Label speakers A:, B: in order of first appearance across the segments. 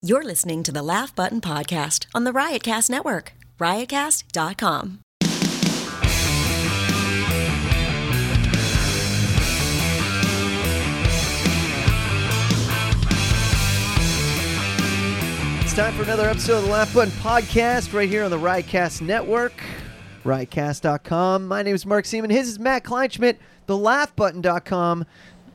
A: You're listening to the Laugh Button Podcast on the Riotcast Network, riotcast.com.
B: It's time for another episode of the Laugh Button Podcast right here on the Riotcast Network, riotcast.com. My name is Mark Seaman. His is Matt Kleinschmidt, thelaughbutton.com.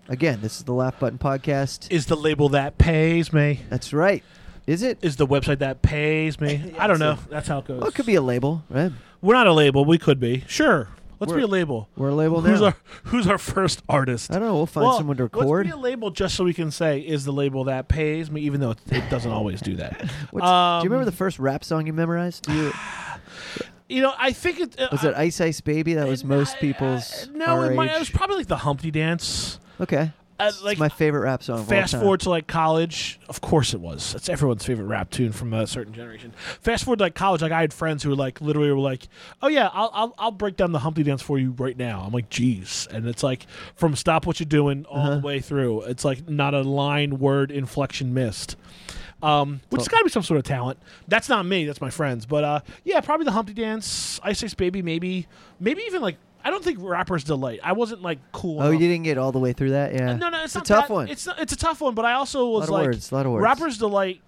B: Again, this is the Laugh Button Podcast.
C: is the label that pays me.
B: That's right. Is it?
C: Is the website that pays me? I don't know. That's how it goes.
B: Well, it could be a label, right?
C: We're not a label. We could be. Sure. Let's
B: We're-
C: be a label.
B: We're a label
C: Who's
B: now.
C: our Who's our first artist?
B: I don't know. We'll find
C: Well,
B: someone to
C: let's
B: record.
C: be a label just so we can say is the label that pays me, even though it, it doesn't always do that. Um,
B: What's- do you remember the first rap song you memorized? Do you,
C: You know, I think it uh,
B: was it Ice Ice Baby? That was most people's.
C: no,
B: our
C: it, might, it was
B: age.
C: probably like the Humpty Dance.
B: okay.
C: Uh,
B: It's
C: like
B: my favorite rap song. of all
C: Fast
B: time.
C: forward to like college. Of course it was. That's everyone's favorite rap tune from a certain generation. Fast forward to like college. Like I had friends who were like literally were like, "Oh yeah, I'll I'll, I'll break down the Humpty Dance for you right now." I'm like, "Geez," and it's like from stop what you're doing all
B: Uh-huh.
C: the way through. It's like not a line, word, inflection missed. Um, which has got to be some sort of talent. That's not me. That's my friends. But uh, yeah, probably the Humpty Dance, Ice Ice Baby, maybe, maybe even like I don't think rappers delight. I wasn't like cool.
B: Oh, you
C: enough
B: didn't get all the way through that? Yeah.
C: no, no, it's,
B: a
C: not
B: tough
C: that-
B: one.
C: It's not, it's a tough one, but I also was
B: of
C: like
B: words, lot of words.
C: Rappers Delight.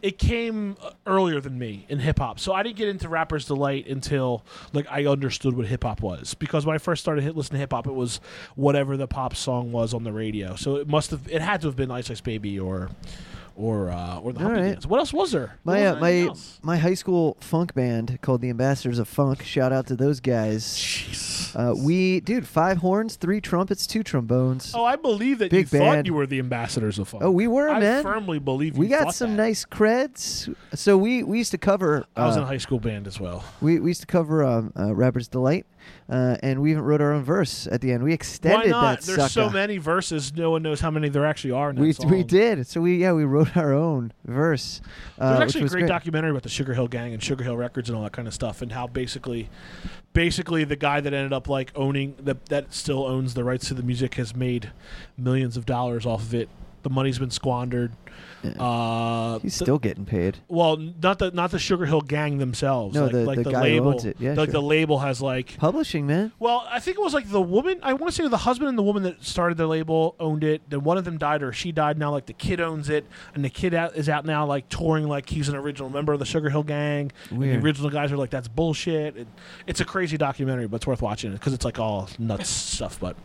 C: It came uh, earlier than me in hip hop, so I didn't get into Rappers Delight until like I understood what hip hop was. Because when I first started hit, listening to hip hop, it was whatever the pop song was on the radio. So it must have, it had to have been Ice Ice Baby or, or uh, or the Humpty
B: right.
C: Dance. What else was there? What
B: My
C: was
B: uh,
C: there
B: my
C: anything else?
B: my high school funk band called the Ambassadors of Funk. Shout out to those guys.
C: Jeez.
B: Uh, we dude, five horns, three trumpets, two trombones.
C: Oh, I believe that
B: Big
C: you
B: band.
C: thought you were the ambassadors of funk.
B: Oh, we were,
C: I
B: man.
C: firmly believe
B: we
C: you
B: got
C: thought
B: some
C: that.
B: nice creds. So we we used to cover.
C: I was in
B: Uh,
C: a high school band as well.
B: we, we used to cover um, uh, Rapper's Delight, uh, and we even wrote our own verse at the end. We extended
C: Why not?
B: that
C: There's
B: sucker.
C: so many verses. No one knows how many there actually are. In that
B: We,
C: song.
B: we did. So we yeah we wrote our own verse. Uh,
C: There's
B: which
C: actually a
B: was
C: great,
B: great.
C: documentary about the Sugar Hill Gang and Sugar Hill Records and all that kind of stuff, and how basically, basically the guy that ended up like owning that that still owns the rights to the music has made millions of dollars off of it. The money's been squandered. Uh,
B: He's
C: the-
B: still getting paid.
C: well, not the not the Sugar Hill Gang themselves.
B: No,
C: like,
B: the-
C: like
B: the
C: the,
B: guy who
C: label.
B: owns it. Yeah, sure.
C: like the label has like
B: Publishing man.
C: Well, I think it was like the woman. I want to say the husband and the woman that started the label owned it. Then one of them died, or she died. Now, like the kid owns it, and the kid out, is out now, like touring, like he's an original member of the Sugar Hill Gang. And
B: Weird.
C: the original guys are like, "That's bullshit." It, it's a crazy documentary, but it's worth watching it because it's like all nuts stuff. But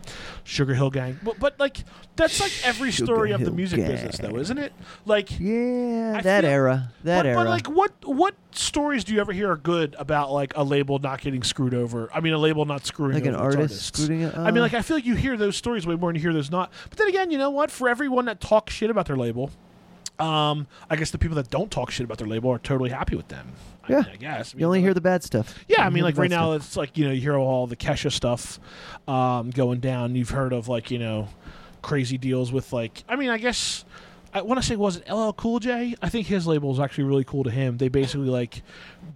C: Sugar Hill Gang, but, but like that's like every
B: Sugar
C: story of the
B: Hill
C: music
B: Gang.
C: business, though, isn't it? Like
B: Yeah,
C: I
B: that
C: feel-
B: era. That
C: but,
B: era.
C: But like, what what stories do you ever hear are good about like a label not getting screwed over? I mean, a label not screwing
B: Like an
C: over its
B: artist
C: artists.
B: screwing it-
C: I mean,
B: uh,
C: like I feel like you hear those stories way more than you hear those not. But then again, you know what? For everyone that talks shit about their label. Um, I guess the people that don't talk shit about their label are totally happy with them. I
B: Yeah.
C: mean, I guess. I mean,
B: You only
C: like-
B: hear the bad stuff.
C: yeah, I
B: You
C: mean,
B: hear
C: like
B: the
C: right
B: bad
C: now,
B: stuff.
C: it's like you know you hear all the Kesha stuff um, going down. You've heard of like you know crazy deals with like I mean, I guess I want to say was it LL Cool J? I think his label was actually really cool to him. They basically like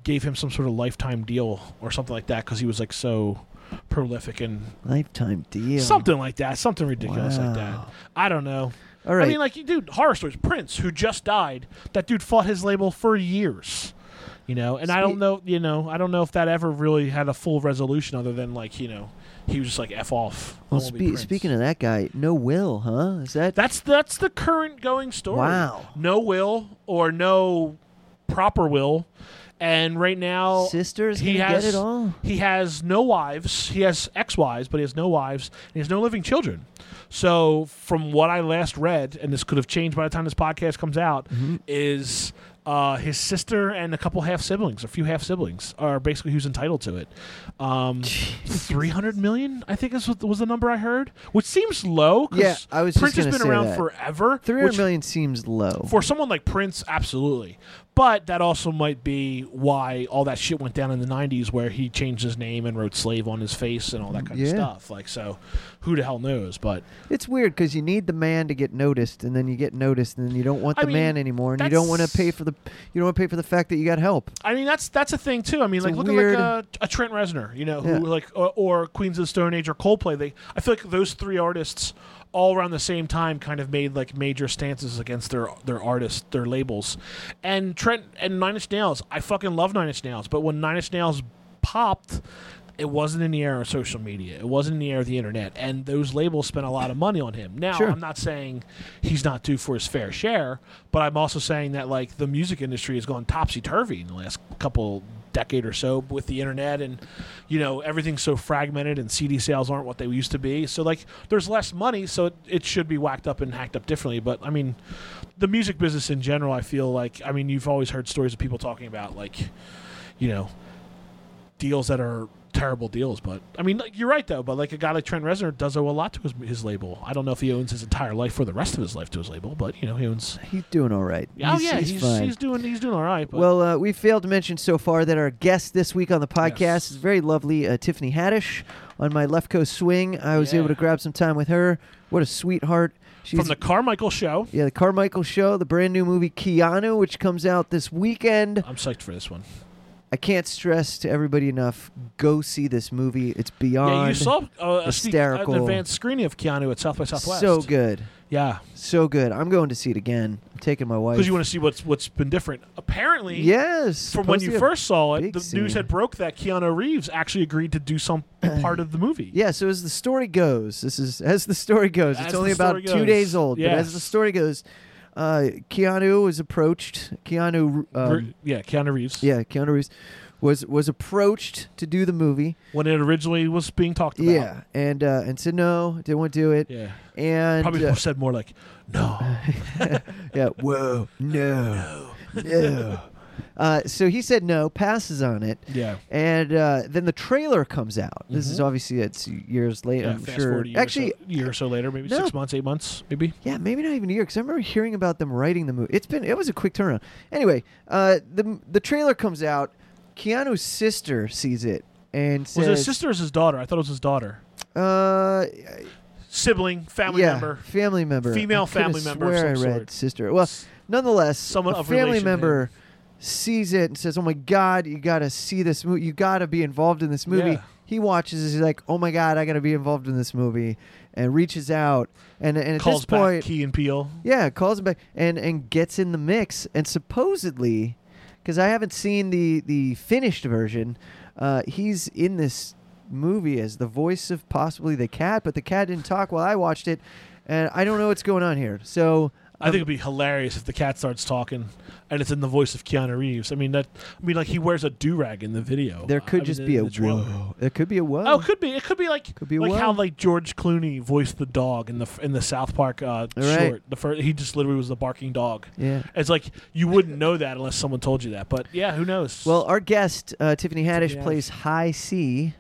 C: gave him some sort of lifetime deal or something like that because he was like so prolific and
B: lifetime deal.
C: something like that, something ridiculous like that.
B: Wow.
C: I don't know.
B: All right.
C: I mean, like, dude, horror stories. Prince, who just died, that dude fought his label for years. You know, and I
B: Spe-
C: don't know. You know, I don't know if that ever really had a full resolution, other than like you know, he was just like f off. I
B: well,
C: won't be
B: spe-
C: Prince."
B: speaking of that guy, no will, huh? Is that
C: that's that's the current going story.
B: Wow.
C: no will or no proper will, and right now
B: sisters?
C: he
B: gonna
C: has
B: get it all.
C: he has no wives. He has ex-wives, but he has no wives. And he has no living children. So, from what I last read, and this could have changed by the time this podcast comes out,
B: Mm-hmm.
C: is uh, his sister and a couple half siblings, a few half siblings, are basically who's entitled to it. Um, Three hundred million, I think, is what was the number I heard, which seems low. 'cause
B: Yeah, I was just
C: Prince
B: gonna
C: has
B: say
C: been around
B: that.
C: forever.
B: Three
C: which
B: hundred million seems low.
C: for someone like Prince, absolutely. But that also might be why all that shit went down in the '90s, where he changed his name and wrote "slave" on his face and all that kind
B: Yeah.
C: of stuff. Like, so who the hell knows? But
B: It's weird because you need the man to get noticed, and then you get noticed, and then you don't want
C: I
B: the
C: mean,
B: man anymore, and you don't want to
C: that's-
B: pay for the you don't want to pay for the fact that you got help.
C: I mean, that's that's a thing too. I mean,
B: It's
C: like uh,
B: a
C: look
B: weird-
C: at like a, a Trent Reznor, you know, uh,
B: Yeah.
C: who like or, or Queens of the Stone Age or Coldplay. They, I feel like those three artists all around the same time kind of made like major stances against their their artists, their labels. And Trent and Nine Inch Nails, I fucking love Nine Inch Nails, but when Nine Inch Nails popped, it wasn't in the era of social media. It wasn't in the era of the internet. And those labels spent a lot of money on him. Now,
B: Sure.
C: I'm not saying he's not due for his fair share, but I'm also saying that like the music industry has gone topsy turvy in the last couple decade or so with the internet and you know everything's so fragmented and CD sales aren't what they used to be. So like there's less money, so it, it should be whacked up and hacked up differently. But I mean, the music business in general, I feel like I mean you've always heard stories of people talking about like you know deals that are terrible deals. But I mean, like, you're right though. But like a guy like Trent Reznor does owe a lot to his, his label. I don't know if he owns his entire life for the rest of his life to his label, but you know he owns.
B: He's doing all right.
C: oh yeah, he's he's,
B: fine.
C: doing he's doing all right. But
B: well, uh, we failed to mention so far that our guest this week on the podcast
C: Yes.
B: is very lovely uh, Tiffany Haddish. On my left coast swing, I was
C: Yeah.
B: able to grab some time with her. What a sweetheart! She's
C: from the Carmichael show,
B: yeah, the Carmichael Show, the brand new movie Keanu, which comes out this weekend.
C: I'm psyched for this one.
B: I can't stress to everybody enough: go see this movie. It's beyond
C: yeah, you saw uh, a sneak, an
B: hysterical.
C: advanced screening of Keanu at South by Southwest.
B: so good,
C: Yeah,
B: so good. I'm going to see it again. I'm taking my wife.
C: because you want to see what's what's been different. Apparently,
B: yes,
C: From
B: supposed
C: when
B: to
C: you
B: be a-
C: first saw it,
B: big
C: the
B: scene.
C: news had broke that Keanu Reeves actually agreed to do some part of the movie.
B: Yeah, so as the story goes, this is as the story goes.
C: As
B: it's
C: the
B: only about
C: story
B: two
C: goes.
B: days old, but
C: Yes.
B: as the story goes, uh, Keanu was approached. Keanu, um,
C: Re- yeah, Keanu Reeves.
B: yeah, Keanu Reeves was was approached to do the movie.
C: When it originally was being talked about.
B: Yeah, and uh, and said no, didn't want to do it.
C: Yeah.
B: And
C: Probably
B: uh,
C: said more like, no.
B: yeah, whoa, no, no. Uh, so he said no, passes on it.
C: Yeah.
B: And uh, then the trailer comes out. This is obviously it's years later.
C: Mm-hmm. Yeah,
B: I'm
C: fast
B: sure.
C: forward a year
B: Actually,
C: or so, year or so later, maybe
B: No.
C: six months, eight months, maybe.
B: Yeah, maybe not even a year because I remember hearing about them writing the movie. It's been it was a quick turnaround. Anyway, uh, the the trailer comes out. Keanu's sister sees it and says,
C: Was it his sister or was his daughter? I thought it was his daughter.
B: Uh,
C: Sibling, family
B: yeah,
C: member.
B: family member,
C: Female
B: I coulda
C: family member of
B: Swear I
C: some
B: read
C: sort.
B: sister. Well,
C: S-
B: nonetheless,
C: someone
B: a
C: of
B: family
C: relation to
B: member sees it and says, "Oh my god, you gotta see this movie. You gotta be involved in this movie."
C: Yeah.
B: He watches. it, He's like, "Oh my god, I gotta be involved in this movie," and reaches out and and at
C: Calls
B: this
C: back
B: point,
C: Key and Peele.
B: Yeah, calls him back and and gets in the mix. And supposedly, because I haven't seen the the finished version, uh, he's in this movie as the voice of possibly the cat, but the cat didn't talk while I watched it, and I don't know what's going on here. So um,
C: I think it'd be hilarious if the cat starts talking and it's in the voice of Keanu Reeves. I mean that I mean like he wears a do rag in the video.
B: there
C: I- I
B: could
C: mean,
B: just
C: in
B: be a
C: the trailer.
B: whoa. There could be a whoa.
C: Oh, it could be. It could be like
B: Could be
C: like
B: well.
C: how like George Clooney voiced the dog in the f- in the South Park uh,
B: right.
C: short. The first he just literally was the barking dog.
B: Yeah.
C: It's like you wouldn't know that unless someone told you that. But yeah, who knows?
B: Well, our guest uh, Tiffany Haddish
C: Tiffany Haddish.
B: plays High C.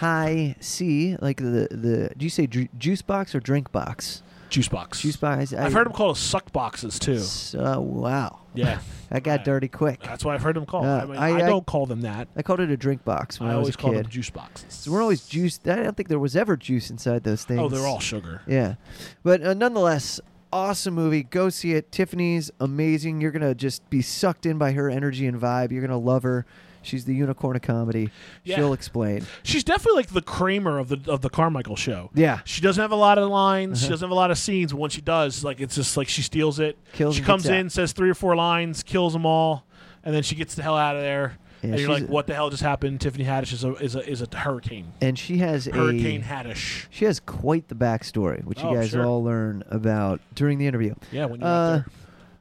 B: High C, like the the. Do you say ju- juice box or drink box?
C: juice box.
B: Juice box. I,
C: I've heard them called suck boxes too.
B: So wow.
C: Yeah,
B: I got
C: Right.
B: dirty quick.
C: that's what I've heard them called.
B: Uh,
C: I, mean,
B: I-
C: I,
B: I-
C: don't call them that.
B: I called it a drink box when I,
C: I
B: was
C: always
B: a
C: call them
B: kid.
C: juice boxes.
B: So we're always juice. I don't think there was ever juice inside those things.
C: oh, they're all sugar.
B: Yeah, but uh, nonetheless, awesome movie. Go see it. Tiffany's amazing. You're gonna just be sucked in by her energy and vibe. You're gonna love her. She's the unicorn of comedy.
C: Yeah.
B: She'll explain.
C: She's definitely like the Kramer of the of the Carmichael show.
B: Yeah. Uh-huh.
C: She doesn't have a lot of lines. She doesn't have a lot of scenes. But when she does, like it's just like she steals it.
B: Kills
C: she
B: and
C: comes
B: gets out.
C: in, says three or four lines, kills them all, and then she gets the hell out of there.
B: Yeah,
C: and you're
B: she's
C: like,
B: a-
C: what the hell just happened? Tiffany Haddish is a is a, is a hurricane.
B: And she has
C: Hurricane
B: a.
C: Haddish.
B: She has quite the backstory, which
C: Oh,
B: you guys
C: sure.
B: all learn about during the interview.
C: Yeah, when you
B: Uh,
C: went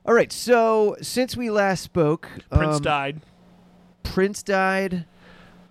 B: All right, so since we last spoke,
C: there. Prince
B: um,
C: died.
B: Prince died.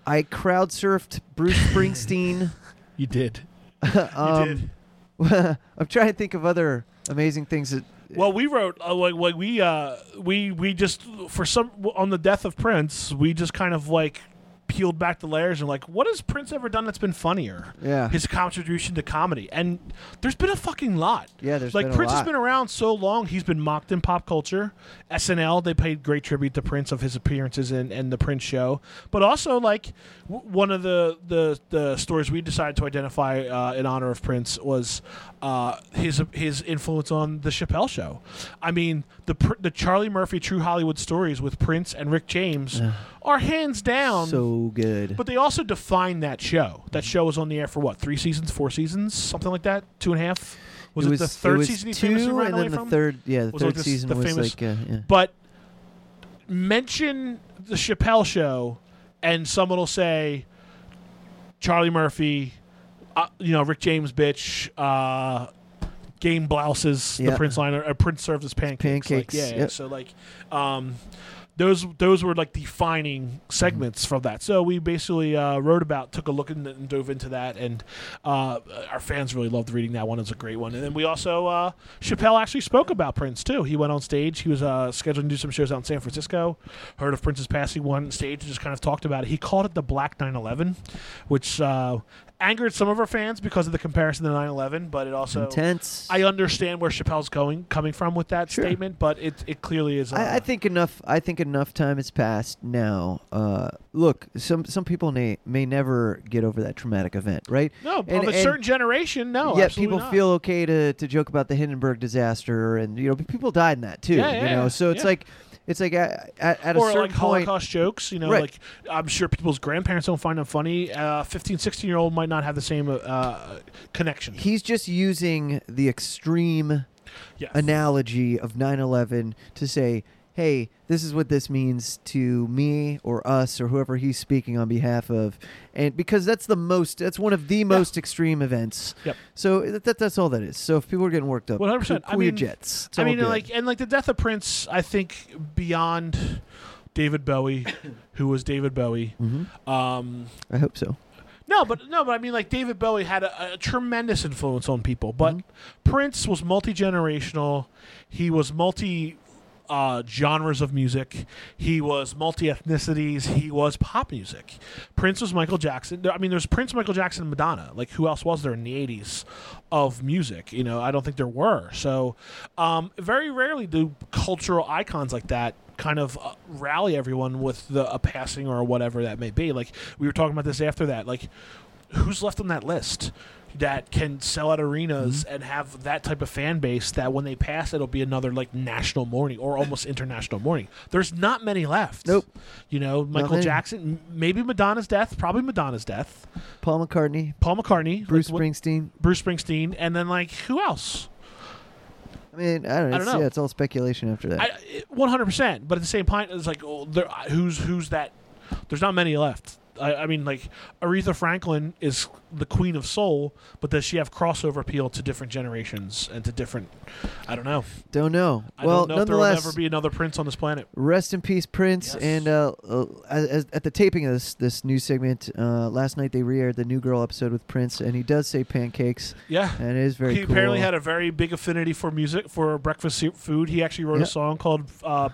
B: I crowd surfed Bruce Springsteen.
C: You did.
B: um,
C: you did.
B: I'm trying to think of other amazing things that.
C: Well, we wrote uh, like, like we uh we we just for some on the death of Prince, we just kind of like peeled back the layers and like what has Prince ever done that's been funnier?
B: Yeah.
C: His contribution to comedy. And there's been a fucking lot.
B: Yeah, there's
C: like
B: been a
C: Prince
B: lot.
C: has been around so long, he's been mocked in pop culture. SNL, they paid great tribute to Prince of his appearances in, in the Prince show. But also like w- one of the the the stories we decided to identify uh, in honor of Prince was uh, his his influence on the Chappelle show. I mean, the pr- the Charlie Murphy True Hollywood stories with Prince and Rick James are hands down.
B: so good.
C: but they also defined that show.
B: Mm-hmm.
C: That show was on the air for what? Three seasons, four seasons, something like that. Two and a half. Was it, the third
B: was
C: season? He
B: two,
C: famously ran
B: and
C: away
B: then the
C: from?
B: third. Yeah, the
C: Was,
B: third
C: like, this-
B: season
C: the
B: was
C: famous-
B: like uh, yeah.
C: But mention the Chappelle show, and someone will say Charlie Murphy, uh, you know Rick James, bitch, uh, game blouses,
B: Yeah.
C: the Prince liner, uh, Prince served as pancakes. like,
B: pancakes,
C: yeah,
B: yep.
C: So like, um, those those were like defining segments from that. So we basically uh, wrote about, took a look in, and dove into that, and uh, our fans really loved reading that one. It's a great one. And then we also uh, Chappelle actually spoke about Prince too. He went on stage. He was uh, scheduled to do some shows out in San Francisco. Heard of Prince's passing, went on stage and just kind of talked about it. He called it the Black 9/11, which uh, angered some of our fans because of the comparison to 9/11, but it also
B: intense.
C: I understand where Chappelle's going coming from with that
B: Sure.
C: statement, but it it clearly is. Uh,
B: I, I think enough. I think enough time has passed now. Uh, look, some some people may may never get over that traumatic event, right?
C: no
B: And-
C: of a
B: and
C: certain generation. No,
B: yet
C: Oh, absolutely
B: people
C: not.
B: feel okay to, to joke about the Hindenburg disaster, and you know people died in that too.
C: Yeah,
B: you
C: yeah,
B: know, so it's
C: yeah.
B: like it's like at, at, at a
C: or
B: certain
C: like
B: point.
C: Holocaust jokes. You know,
B: Right.
C: like I'm sure people's grandparents don't find them funny. Uh, 15, 16 year old might not have the same uh, uh, connection.
B: He's just using the extreme
C: Yes.
B: analogy of 9/11 to say, "Hey, this is what this means to me or us or whoever he's speaking on behalf of," and because that's the most, that's one of the most extreme events.
C: Yep.
B: So that, that that's all that is. So if people are getting worked up,
C: 100%.
B: cool-
C: I
B: cool your
C: mean-
B: jets. It's
C: I
B: all
C: mean,
B: good.
C: like, and like the death of Prince, I think beyond David Bowie, who was David Bowie. Um,
B: Mm-hmm. I hope so.
C: No, but no, but I mean, like David Bowie had a, a tremendous influence on people, but Prince was multi generational. He was multi uh, genres of music. He was multi ethnicities. He was pop music. Prince was Michael Jackson. There- I mean, there's Prince, Michael Jackson, and Madonna. Like, who else was there in the '80s of music? You know, I don't think there were. So, um, very rarely do cultural icons like that kind of uh, rally everyone with the a passing or whatever that may be. Like we were talking about this after that. Like who's left on that list that can sell out arenas
B: Mm-hmm.
C: and have that type of fan base that when they pass it'll be another like national morning or almost international morning. There's not many left.
B: Nope.
C: You know, Michael
B: many.
C: Jackson, m- maybe Madonna's death, probably Madonna's death.
B: Paul McCartney,
C: Paul McCartney,
B: Bruce
C: like, what-
B: Springsteen.
C: Bruce Springsteen, and then like who else?
B: I mean, I don't know.
C: I
B: It's,
C: don't know.
B: Yeah, it's all speculation after that.
C: One hundred percent. But at the same point, it's like oh, there, who's who's that? There's not many left. I, I mean, like Aretha Franklin is the queen of soul, but does she have crossover appeal to different generations and to different? I don't know.
B: don't know.
C: I
B: well,
C: don't know if there will
B: nonetheless,
C: ever be another prince on this planet.
B: Rest in peace, Prince.
C: Yes.
B: And uh, uh, as, as- at the taping of this this new segment uh, last night, they re-aired the New Girl episode with Prince, and he does say pancakes,
C: Yeah.
B: and it is very.
C: he
B: cool.
C: apparently had a very big affinity for music for breakfast se- food. He actually wrote
B: Yeah.
C: a song called uh,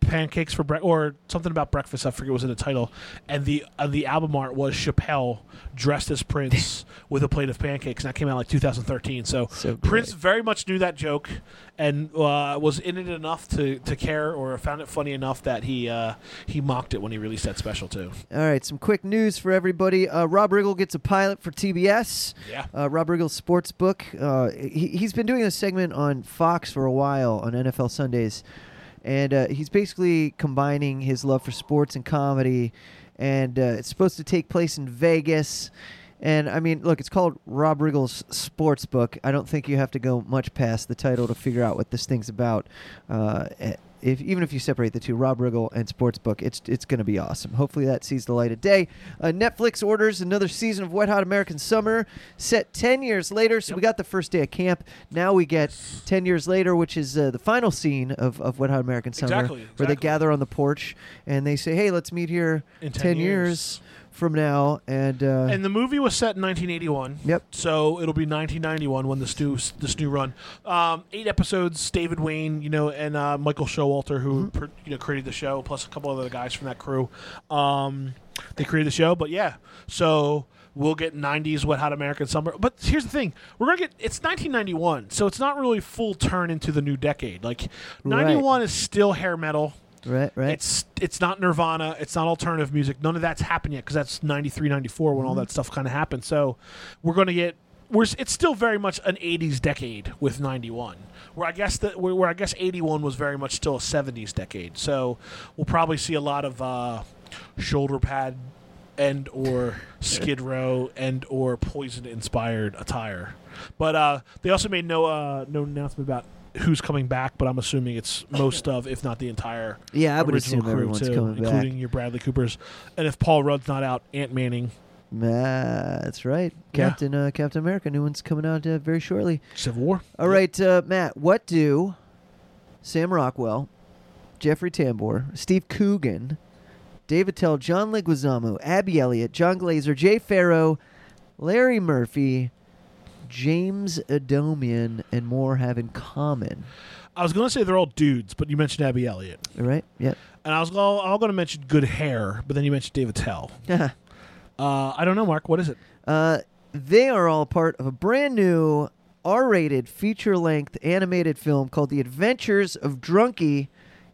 C: "Pancakes for Breakfast" or something about breakfast. I forget what was in the title. And the uh, the album art was Chappelle dressed as Prince with a plate of pancakes, and that came out like 2013. So,
B: So great.
C: Prince very much knew that joke and uh, was in it enough to, to care or found it funny enough that he uh, he mocked it when he released that special too.
B: All right, some quick news for everybody. Uh, Rob Riggle gets a pilot for TBS.
C: Yeah.
B: Uh, Rob Riggle's sports book. Uh, he, he's been doing this segment on Fox for a while on NFL Sundays, and uh, he's basically combining his love for sports and comedy. And uh, it's supposed to take place in Vegas. And I mean, look, it's called Rob Riggle's sports book. I don't think you have to go much past the title to figure out what this thing's about. Uh, if even if you separate the two, Rob Riggle and Sportsbook, it's it's going to be awesome. Hopefully that sees the light of day. Uh, Netflix orders another season of Wet Hot American Summer, set ten years later. So we got the first day of camp. Now we get ten years later, which is uh, the final scene of, of Wet Hot American Summer,
C: Exactly,
B: where they
C: exactly.
B: gather on the porch and they say, "Hey, let's meet here
C: In 10
B: ten years
C: years."
B: from now." And, uh,
C: And the movie was set in 1981.
B: Yep.
C: So it'll be 1991 when this new this new run. Um, eight episodes. David Wayne, you know, and uh, Michael Showalter, who
B: Mm-hmm.
C: pr- you know created the show, plus a couple other guys from that crew. Um, they created the show, but yeah. So we'll get 90s wet hot American summer. But here's the thing: we're gonna get it's 1991, so it's not really full turn into the new decade. Like
B: Right.
C: 91 is still hair metal.
B: right, right.
C: It's it's not Nirvana. It's not alternative music. None of that's happened yet because that's 93, 94 when all that stuff kind of happened. So we're going to get. We're, s- it's still very much an 80s decade with 91 where i guess that where, where i guess 81 was very much still a 70s decade so we'll probably see a lot of uh, shoulder pad and or skid row and or poison inspired attire. But uh, they also made no uh, no announcement about who's coming back, but I'm assuming it's most of, if not the entire
B: Yeah, I would
C: original
B: assume
C: crew
B: everyone's
C: too,
B: coming back.
C: including your Bradley Coopers. And if Paul Rudd's not out, Ant Manning,
B: Ah, that's right.
C: Yeah.
B: Captain uh, Captain America, new one's coming out uh, very shortly.
C: Civil War.
B: All right, uh, Matt, what do Sam Rockwell, Jeffrey Tambor, Steve Coogan, David Tell, John Leguizamo, Abby Elliott, John Glazer, Jay Farrow, Larry Murphy, James Adomian, and more have in common?
C: I was gonna say they're all dudes, but you mentioned Abby Elliott,
B: All right? Yep.
C: and I was all, all gonna mention good hair, but then you mentioned David Tell. Uh, I don't know, Mark. What is it?
B: Uh, they are all part of a brand new R-rated feature-length animated film called The Adventures of Drunky,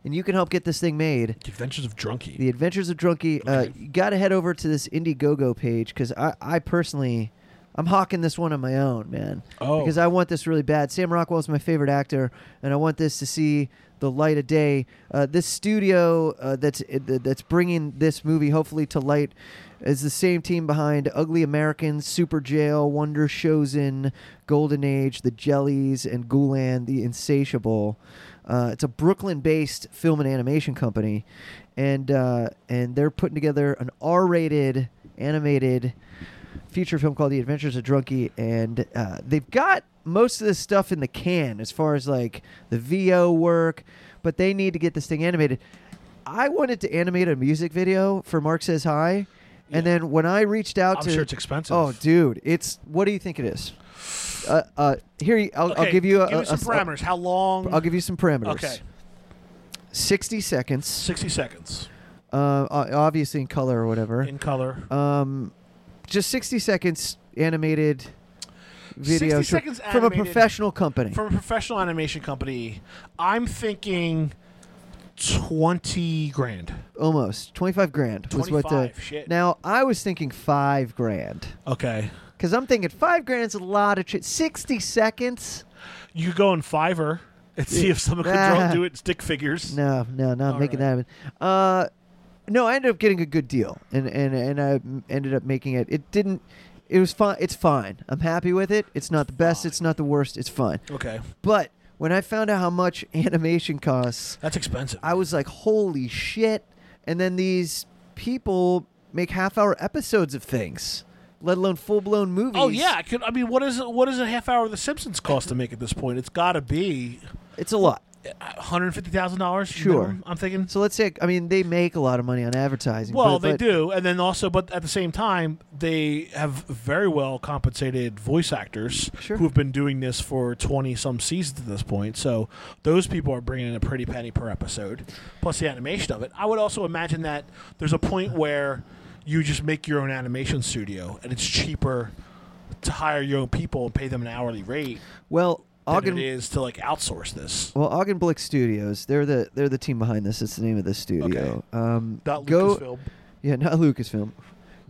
B: and you can help get this thing made.
C: The Adventures of Drunky.
B: The Adventures of Drunky. Uh,
C: Okay.
B: you got to head over to this Indiegogo page because I, I personally, I'm hawking this one on my own, man.
C: Oh.
B: Because I want this really bad. Sam Rockwell's my favorite actor, and I want this to see the light of day. Uh, this studio uh, that's uh, that's bringing this movie hopefully to light is the same team behind Ugly Americans, Super Jail, Wonder Chosen, Golden Age, The Jellies, and Gulan the Insatiable. Uh, it's a Brooklyn-based film and animation company, and uh, and they're putting together an R-rated animated feature film called The Adventures of Drunky, and uh, they've got most of this stuff in the can as far as like the VO work, but they need to get this thing animated. I wanted to animate a music video for Mark Says Hi, and then when I reached out
C: I'm
B: to,
C: sure it's expensive.
B: Oh, dude, it's what do you think it is? Uh, uh, here, you- I'll, I'll
C: Okay,
B: give you a,
C: give me
B: a-
C: some
B: a-
C: parameters. How long?
B: I'll give you some parameters.
C: okay,
B: sixty seconds.
C: sixty seconds
B: Uh, o- obviously in color or whatever.
C: in color.
B: um, just 60 seconds animated video
C: 60
B: short-
C: seconds
B: from a
C: animated
B: professional company.
C: From a professional animation company, I'm thinking twenty grand.
B: almost 25 grand was what the
C: 25, shit.
B: Now I was thinking 5 grand
C: Okay,
B: cuz I'm thinking 5 grand's a lot of ch- 60 seconds?
C: you go on Fiverr and see if someone could draw,
B: Ah.
C: do it in stick figures.
B: No, no, not
C: All
B: making that
C: right.
B: happen. Uh no, I ended up getting a good deal and and and I m- ended up making it. It didn't it was fine. It's fine. I'm happy with it. It's not the best, it's not the worst, it's fine.
C: Okay,
B: But when I found out how much animation costs,
C: that's expensive.
B: I was like, holy shit. And then these people make half hour episodes of things, let alone full blown movies.
C: Oh yeah, I could. I mean, what is it? What does a half hour of The Simpsons cost to make at this point? It's got to be
B: It's a lot.
C: one hundred fifty thousand dollars.
B: Sure.
C: I'm thinking.
B: So let's say, I mean, they make a lot of money on advertising.
C: Well,
B: but-
C: they
B: but-
C: do, and then also, but at the same time, they have very well compensated voice actors
B: Sure.
C: who have been doing this for twenty some seasons at this point. So those people are bringing in a pretty penny per episode, plus the animation of it. I would also imagine that there's a point where you just make your own animation studio, and it's cheaper to hire your own people and pay them an hourly rate
B: Well,
C: than
B: Ogden.
C: it is to like outsource this.
B: Well, Ogden Blick Studios, they're the they're the team behind this. It's the name of the studio. Um,
C: Not
B: go,
C: Lucasfilm.
B: Yeah, not Lucasfilm.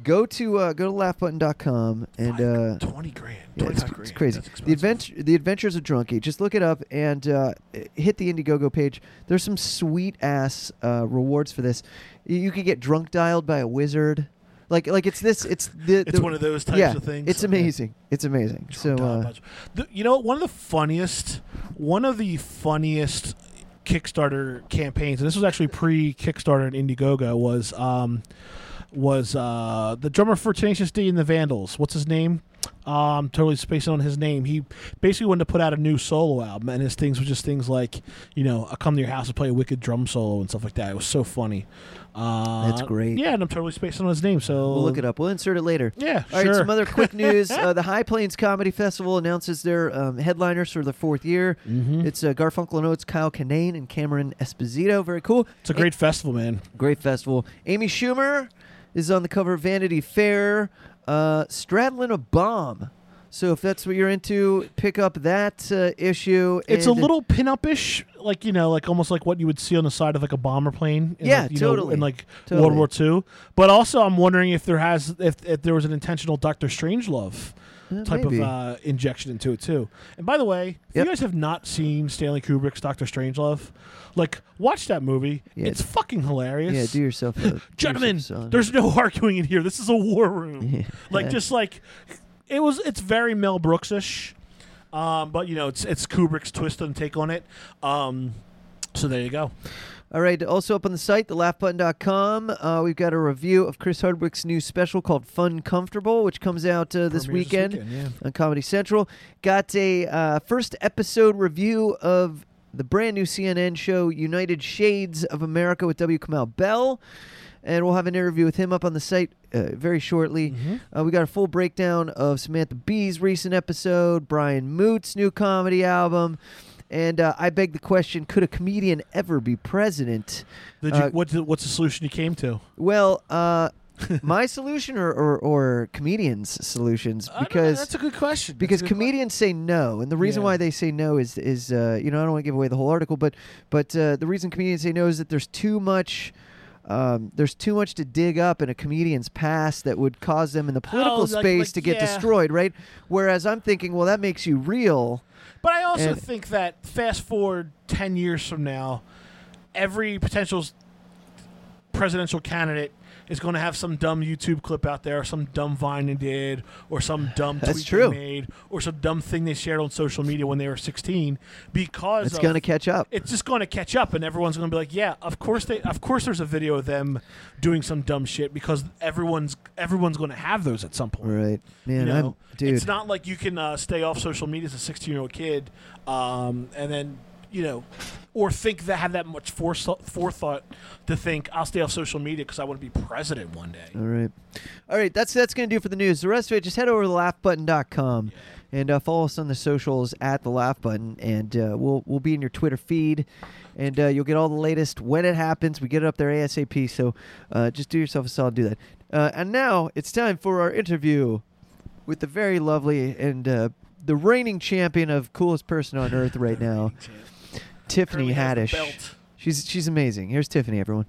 B: Go to uh, go to laughbutton.com and uh,
C: twenty grand,
B: Yeah, it's,
C: twenty-five
B: it's
C: grand.
B: crazy.
C: That's
B: The
C: expensive.
B: adventure, the adventures of Drunky. Just look it up and uh, hit the Indiegogo page. There's some sweet ass uh, rewards for this. You, you could get drunk dialed by a wizard. Like, like it's this. It's the.
C: It's
B: the-
C: one of those types
B: yeah,
C: of things?
B: It's
C: Okay.
B: amazing. It's amazing. So,
C: Tom
B: uh,
C: Hodge. Oh, The- you know, what? one of the funniest, one of the funniest Kickstarter campaigns, and this was actually pre Kickstarter and Indiegogo, was um, was uh, the drummer for Tenacious D and the Vandals. What's his name? Um, totally spacing on his name. He basically wanted to put out a new solo album, and his things were just things like, you know, I come to your house and play a wicked drum solo and stuff like that. It was so funny. Uh,
B: That's great.
C: Yeah, and I'm totally spacing on his name. So
B: we'll look it up. We'll insert it later.
C: Yeah,
B: All right.
C: sure.
B: Some other quick news. uh, the High Plains Comedy Festival announces their um, headliners for the fourth year.
C: Mm-hmm.
B: It's uh, Garfunkel and Oates, Kyle Kinane, and Cameron Esposito. Very cool.
C: It's a great festival, man.
B: Great festival. Amy Schumer is on the cover of Vanity Fair, uh, straddling a bomb. So if that's what you're into, pick up that uh, issue.
C: It's a
B: and- uh,
C: little pin-up-ish, like you know, like almost like what you would see on the side of like a bomber plane. In,
B: Yeah,
C: like, you Know,
B: totally.
C: in like
B: Totally.
C: World War II. But also, I'm wondering if there has if, if there was an intentional Doctor Strangelove type
B: maybe.
C: of uh, injection into it too. And by the way, if
B: Yep.
C: you guys have not seen Stanley Kubrick's Doctor Strangelove, like watch that movie.
B: Yeah.
C: It's fucking hilarious.
B: Yeah, do yourself a do
C: Gentlemen,
B: yourself a
C: there's no arguing in here. This is a war room.
B: Yeah.
C: Like just like it was. It's very Mel Brooksish, um, but you know it's it's Kubrick's twist and take on it. Um, so there you go.
B: All right. Also up on the site, thelaughbutton.com, uh, we've got a review of Chris Hardwick's new special called Fun Comfortable, which comes out uh, this,
C: Premieres
B: weekend
C: this weekend,
B: on Comedy Central. Got a uh, first episode review of the brand new CNN show United Shades of America with W. Kamau Bell. And we'll have an interview with him up on the site uh, very shortly.
C: Mm. Mm-hmm.
B: Uh, we got a full breakdown of Samantha Bee's recent episode, Brian Moot's new comedy album, and uh, I beg the question: Could a comedian ever be president?
C: Did you,
B: Uh,
C: what's the, what's the solution you came to?
B: Well, uh, my solution or, or, or comedians' solutions
C: I don't know.
B: because
C: that's a good question. That's
B: because
C: a good que-
B: comedians say no, and the reason
C: Yeah.
B: why they say no is is uh, you know I don't want to give away the whole article, but but uh, the reason comedians say no is that there's too much. Um, there's too much to dig up in a comedian's past that would cause them in the political
C: Oh, like-
B: space
C: like,
B: to get
C: yeah.
B: destroyed, right? Whereas I'm thinking, well, that makes you real.
C: But I also
B: And-
C: think that fast forward 10 years from now, every potential s- presidential candidate is going to have some dumb YouTube clip out there, some dumb Vine they did, or some dumb
B: That's
C: tweet
B: true.
C: they made, or some dumb thing they shared on social media when they were 16 because
B: It's
C: of-
B: going to catch up.
C: it's just going to catch up and everyone's going to be like, "Yeah, of course they of course there's a video of them doing some dumb shit because everyone's everyone's going to have those at some point."
B: Right,
C: You
B: man.
C: know,
B: I'm dude.
C: it's not like you can uh, stay off social media as a 16 year old kid, um, and then you know, or think that have that much forethought, forethought to think I'll stay off social media because I want to be president one day.
B: All right. All right, that's that's going to do for the news. The rest of it, just head over to laughbutton.com and uh, follow us on the socials at the laugh button and uh, we'll we'll be in your Twitter feed and uh, you'll get all the latest when it happens. We get it up there ASAP, so uh, just do yourself a solid do that. Uh, and now it's time for our interview with the very lovely and uh, the reigning champion of coolest person on earth right now, Tiffany
C: Currently has the
B: Haddish.
C: belt.
B: She's she's amazing. Here's Tiffany, everyone.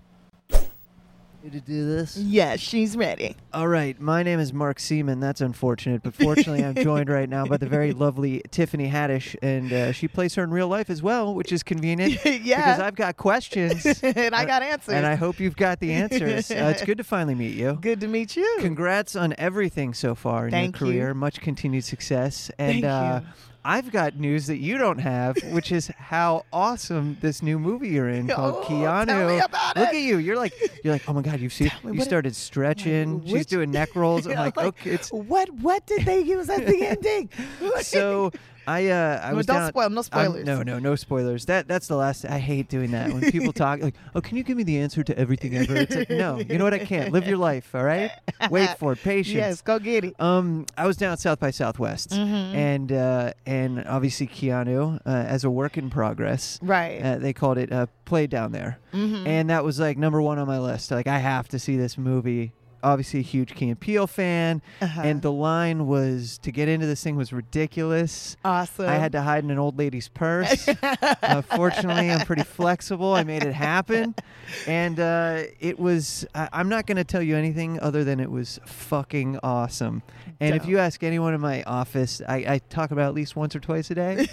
B: Need to do this?
D: Yes, she's ready.
B: All right, my name is Mark Seaman. That's unfortunate, but fortunately, I'm joined right now by the very lovely Tiffany Haddish, and uh, she plays her in real life as well, which is convenient.
D: Yeah.
B: because I've got questions, Uh,
D: and I got answers.
B: and I hope you've got the answers. Uh, it's good to finally meet you.
D: Good to meet you.
B: Congrats on everything so far in
D: Thank
B: your
D: you.
B: career. Much continued success, and
D: Thank
B: uh,
D: you.
B: I've got news that you don't have, which is how awesome this new movie you're in called
D: Oh,
B: Keanu.
D: tell me about
B: Look
D: it.
B: at you. You're like you're like, oh my god, you've seen
D: Tell me
B: you
D: what it-
B: started stretching. She's
D: which-
B: doing neck rolls. I'm like, okay, it's
D: what? What did they use as the ending?
B: so I uh I
D: No,
B: was
D: don't
B: down-
D: spoil, no
B: I'm-
D: spoilers.
B: no, no, no spoilers. That that's the last I hate doing that when people talk like, "Oh, can you give me the answer to everything ever?" It's like, "No, you know what? I can't. Live your life, all right? Wait for it. Patience."
D: yes, go get it.
B: Um, I was down at South by Southwest,
D: Mm-hmm.
B: and uh, and obviously Keanu uh, as a work in progress.
D: Right. Mm-hmm.
B: Uh, they called it uh, "Play Down There," and that was like number one on my list. Like I have to see this movie. Obviously, a huge Key and Peele fan,
D: Uh-huh.
B: and the line was to get into this thing was ridiculous.
D: awesome.
B: I had to hide in an old lady's purse. uh, fortunately, I'm pretty flexible. I made it happen, and uh, it was. I, I'm not going to tell you anything other than it was fucking awesome. And if
D: Dope.
B: you ask anyone in my office, I, I talk about it at least once or twice a day,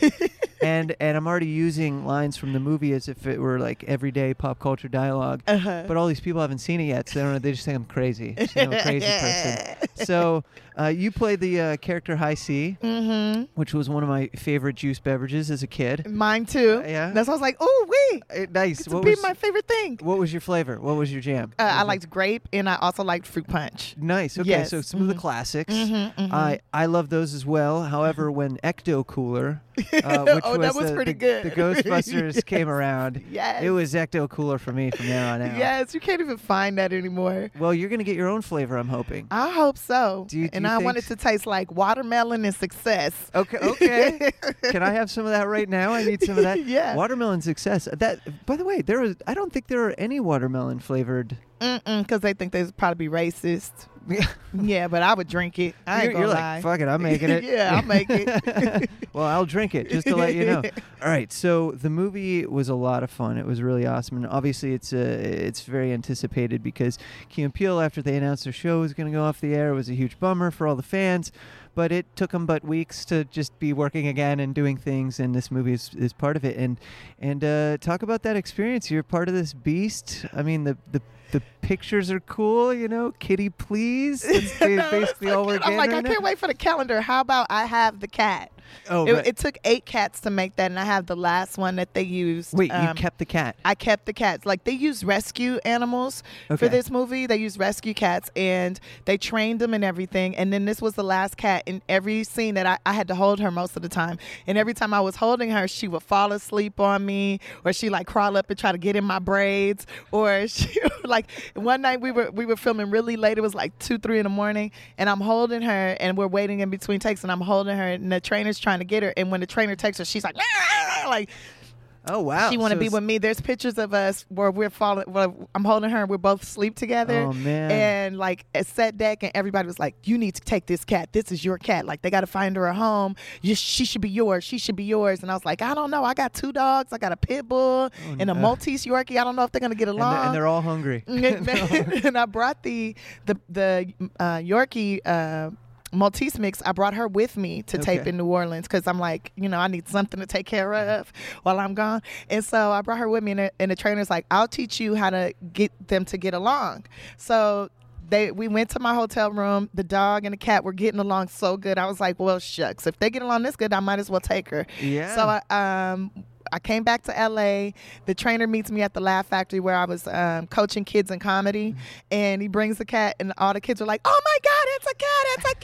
B: and and I'm already using lines from the movie as if it were like everyday pop culture dialog
D: Uh-huh.
B: But all these people haven't seen it yet, so they don't know. They just think I'm crazy. Just think I'm a crazy person. So uh, you played the uh, character High C
D: Mm-hmm.
B: which was one of my favorite juice beverages as a kid.
D: Mine too.
B: Uh, yeah.
D: That's why I was like, ooh, wee.
B: Eh, nice.
D: It's
B: What
D: be
B: was, Mm-hmm.
D: my favorite thing.
B: what was your flavor? What was your jam?
D: Uh, I
B: Was it-
D: liked grape, and I also liked fruit punch.
B: Nice. Okay,
D: Yes. mm-hmm.
B: so some of the classics.
D: Mhm, mhm.
B: I I love those as well. However, when Ecto Cooler, uh, which
D: Oh,
B: was,
D: that was
B: the,
D: pretty
B: the-
D: good.
B: the Ghostbusters came
D: Yes.
B: around.
D: Yes.
B: It was Ecto Cooler for me from there on out.
D: Yes, you can't even find that anymore.
B: Well, you're gonna get your own flavor. I'm hoping.
D: I hope so.
B: Do you- do
D: and
B: you
D: I
B: think
D: want it
B: so?
D: to taste like watermelon and success.
B: Okay. Okay. Can I have some of that right now? I need some of that.
D: Yeah.
B: Watermelon success. That. By the way, there is. I don't think there are any watermelon flavored
D: Mm-mm, because they think they would probably be racist. Yeah, but I would drink it. I ain't
B: you're
D: gonna
B: you're
D: lie.
B: like, fuck it, I'm making it.
D: yeah, I'll make it.
B: well, I'll drink it just to let you know. All right, so the movie was a lot of fun. It was really awesome, and obviously, it's uh, it's very anticipated because Key and Peele, after they announced their show was going to go off the air, was a huge bummer for all the fans. But it took them but weeks to just be working again and doing things, and this movie is, is part of it. And and uh, talk about that experience. You're part of this beast. I mean, the the. The pictures are cool, you know. Kitty, please. That's ba- basically all we're
D: I'm
B: getting.
D: like, I
B: right now.
D: can't wait for the calendar. How about I have the cat?
B: Oh,
D: it,
B: right.
D: it took eight cats to make that, and I have the last one that they used.
B: Wait, you
D: um,
B: kept the cat.
D: I kept the cats. Like they use rescue animals
B: Okay.
D: for this movie. They use rescue cats and they trained them and everything. And then this was the last cat in every scene that I, I had to hold her most of the time. And every time I was holding her, she would fall asleep on me or she like crawl up and try to get in my braids. Or she like one night we were we were filming really late. It was like two, three in the morning, and I'm holding her and we're waiting in between takes and I'm holding her and the trainer's trying to get her. And when the trainer takes her, she's like, like
B: Oh wow!
D: she want to
B: So
D: be
B: it's-
D: with me. There's pictures of us where we're falling. Where I'm holding her, and we're both asleep together.
B: Oh, man.
D: And like a set deck, and everybody was like, "You need to take this cat. This is your cat. Like they got to find her a home. You, she should be yours. She should be yours." And I was like, "I don't know. I got two dogs. I got a pit bull and a
B: Oh, no.
D: Maltese Yorkie. I don't know if they're gonna get
B: and, they're-
D: along."
B: and they're all
D: Mm-hmm.
B: hungry.
D: and I brought the the the uh, Yorkie uh, Maltese mix. I brought her with me to tape
B: Okay. Mm-hmm.
D: in New Orleans because I'm like, you know, I need something to take care of while I'm gone. And so I brought her with me, and the, and the trainer's like, I'll teach you how to get them to get along. So. They, we went to my hotel room. The dog and the cat were getting along so good. I was like, "Well, shucks. If they get along this good, I might as well take her."
B: Yeah.
D: So I I, um I came back to LA. The trainer meets me at the Laugh Factory where I was um, coaching kids in
B: Mm-hmm.
D: comedy, and he brings the cat, and all the kids are like, "Oh my God, it's a cat! It's a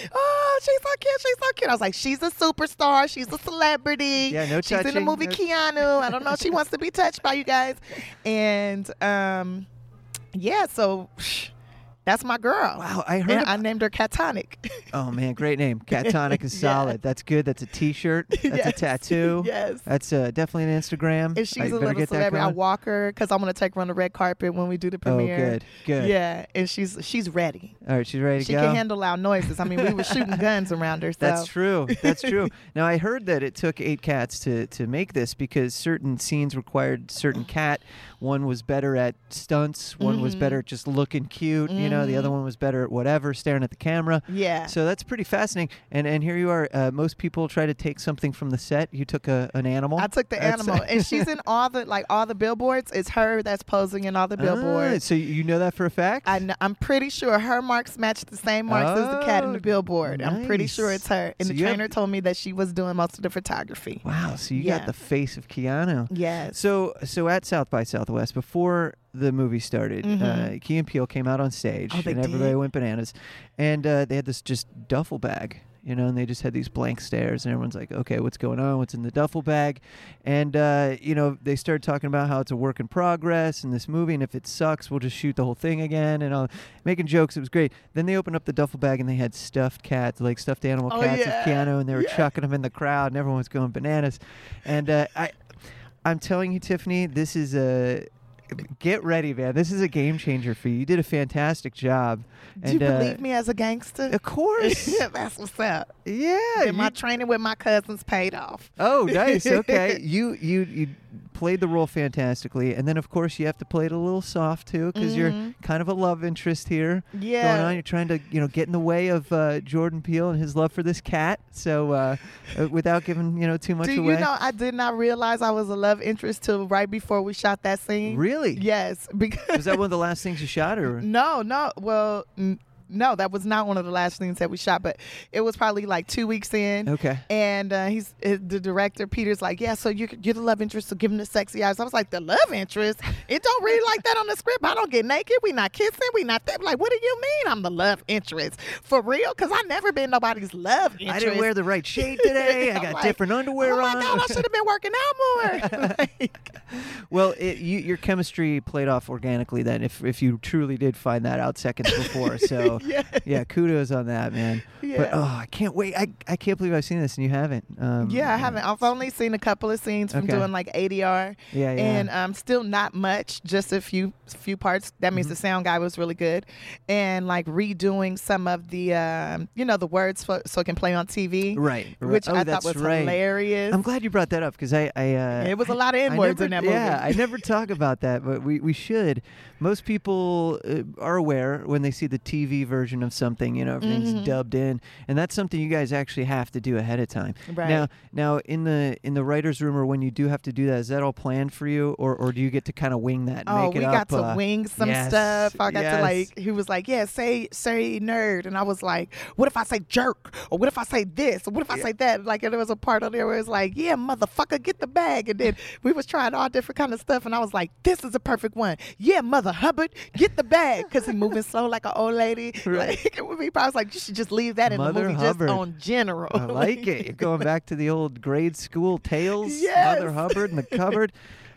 D: cat! Oh, she's so cute! She's so cute!" I was like, "She's a superstar! She's a celebrity!
B: Yeah, no
D: she's in the
B: touching,
D: movie
B: no-
D: Keanu. I don't know. if She wants to be touched by you guys." And um, yeah, so that's my girl.
B: Wow, I heard
D: And
B: ab-
D: I named her Catonic.
B: oh man, great name. Cat Tonic is
D: Yeah.
B: solid. That's good. That's a T-shirt. That's a
D: Yes.
B: tattoo.
D: Yes.
B: That's uh, definitely an Instagram.
D: If she's
B: I
D: a
B: better
D: little
B: get that
D: celebrity, I
B: going.
D: walk her because I'm gonna take her on the red carpet when we do the
B: Oh,
D: premiere.
B: good, good.
D: Yeah, and she's she's ready.
B: All right, she's ready
D: She
B: to go.
D: can handle loud noises. I mean, we were shooting guns around her. So.
B: That's true. That's true. now I heard that it took eight cats to to make this because certain scenes required certain cat. One was better at stunts. One was better
D: Mm-hmm.
B: at just looking cute. You know, the other one was better at whatever, staring at the camera.
D: Yeah.
B: So that's pretty fascinating. And and here you are. Uh, most people try to take something from the set. You took a, an animal.
D: I took the
B: That's-
D: animal, and she's in all the like all the billboards. It's her that's posing in all the
B: Ah,
D: billboards.
B: so you know that for a fact.
D: I kn- I'm pretty sure her marks match the same marks as the cat in the
B: Oh,
D: billboard. I'm pretty sure
B: nice.
D: it's her. And
B: So
D: the
B: you have-
D: trainer told me that she was doing most of the photography.
B: Wow. So you got
D: Yeah.
B: the face of Keanu.
D: Yes.
B: So so at South by Southwest before the movie started, uh, Key and Peele came out on stage
D: Mm-hmm. Oh, they
B: and everybody
D: did?
B: went bananas, and uh, they had this just duffel bag, you know, and they just had these blank stares, and everyone's like, okay, what's going on? What's in the duffel bag? And uh, you know, they started talking about how it's a work in progress and this movie, and if it sucks, we'll just shoot the whole thing again, and all making jokes. It was great. Then they opened up the duffel bag and they had stuffed cats, like stuffed animal
D: Oh,
B: cats
D: yeah.
B: of Keanu, and they were chucking them in the crowd, and everyone was going bananas, and uh, I. I'm telling you, Tiffany, this is a get ready, man. This is a game changer for you. You did a fantastic job.
D: Do you believe me as a gangster?
B: uh, Of course.
D: that's what's up.
B: yeah.
D: And my
B: you-
D: training with my cousins paid off.
B: oh, nice. Okay. you you you played the role fantastically, and then of course you have to play it a little soft too, because you're kind of a love interest here. Going
D: Mm-hmm. Yeah.
B: on, you're trying to you know get in the way of uh, Jordan Peele and his love for this cat. So uh, uh, without giving you know too much
D: Do
B: away.
D: you know I did not realize I was a love interest till right before we shot that scene?
B: Really?
D: Yes. Because
B: Was that one of the last things you shot, or
D: no, no. Well, n- no, that was not one of the last things that we shot, but it was probably like two weeks in.
B: Okay.
D: And uh, he's uh, the director. Peter's like, yeah. So you're, you're the love interest. So give him the sexy eyes. I was like, the love interest. It don't read like that on the script. I don't get naked. We not kissing. We not that. Like, what do you mean? I'm the love interest for real? Cause I never been nobody's love interest.
B: I didn't wear the right shade today. I
D: I'm
B: got
D: like,
B: different underwear
D: oh my
B: on.
D: God, I should have been working out more. Like,
B: Well, it, you, your chemistry played off organically then, if if you truly did find that out seconds before. So
D: Yes.
B: yeah, kudos on that, man. But
D: Yeah.
B: oh, I can't wait. I, I can't believe I've seen this and you haven't. Um,
D: Yeah, I haven't. I've only seen a couple of scenes from
B: Okay.
D: doing like ADR.
B: Yeah, yeah.
D: And um, still not much, just a few few parts. That
B: Mm-hmm.
D: means the sound guy was really good, and like redoing some of the um, you know the words for, so it can play on TV.
B: Right, right.
D: Which
B: Oh,
D: I
B: that's
D: thought was
B: right.
D: hilarious.
B: I'm glad you brought that up because I, I uh,
D: It was a
B: I-
D: lot of
B: I
D: N-words
B: never-
D: in that movie.
B: Yeah, I never talk about that, but we, we should. Most people uh, are aware when they see the TV version of something, you know, everything's
D: Mm-hmm.
B: dubbed in, and that's something you guys actually have to do ahead of time.
D: Right.
B: Now, now in the in the writers' room or when you do have to do that, is that all planned for you, or or do you get to kind of wing that? And
D: Oh,
B: make
D: we
B: it
D: got
B: up,
D: to
B: uh,
D: wing some
B: yes,
D: stuff. I got
B: yes.
D: to like. He was like, "Yeah, say say nerd," and I was like, "What if I say jerk? Or what if I say this? Or what if I say that?" Like, and there was a part on there where it's like, "Yeah, motherfucker, get the bag," and then we was trying all different kind of stuff, and I was like, "This is a perfect one." Yeah, mother Hubbard, get the bag, because he moving slow like an old lady.
B: Right.
D: Like, it would be. I was like, "You should just leave that in
B: Mother
D: the movie,
B: Hubbard.
D: just on general."
B: I like it. You're going back to the old grade school tales,
D: Yes.
B: Mother Hubbard in the cupboard.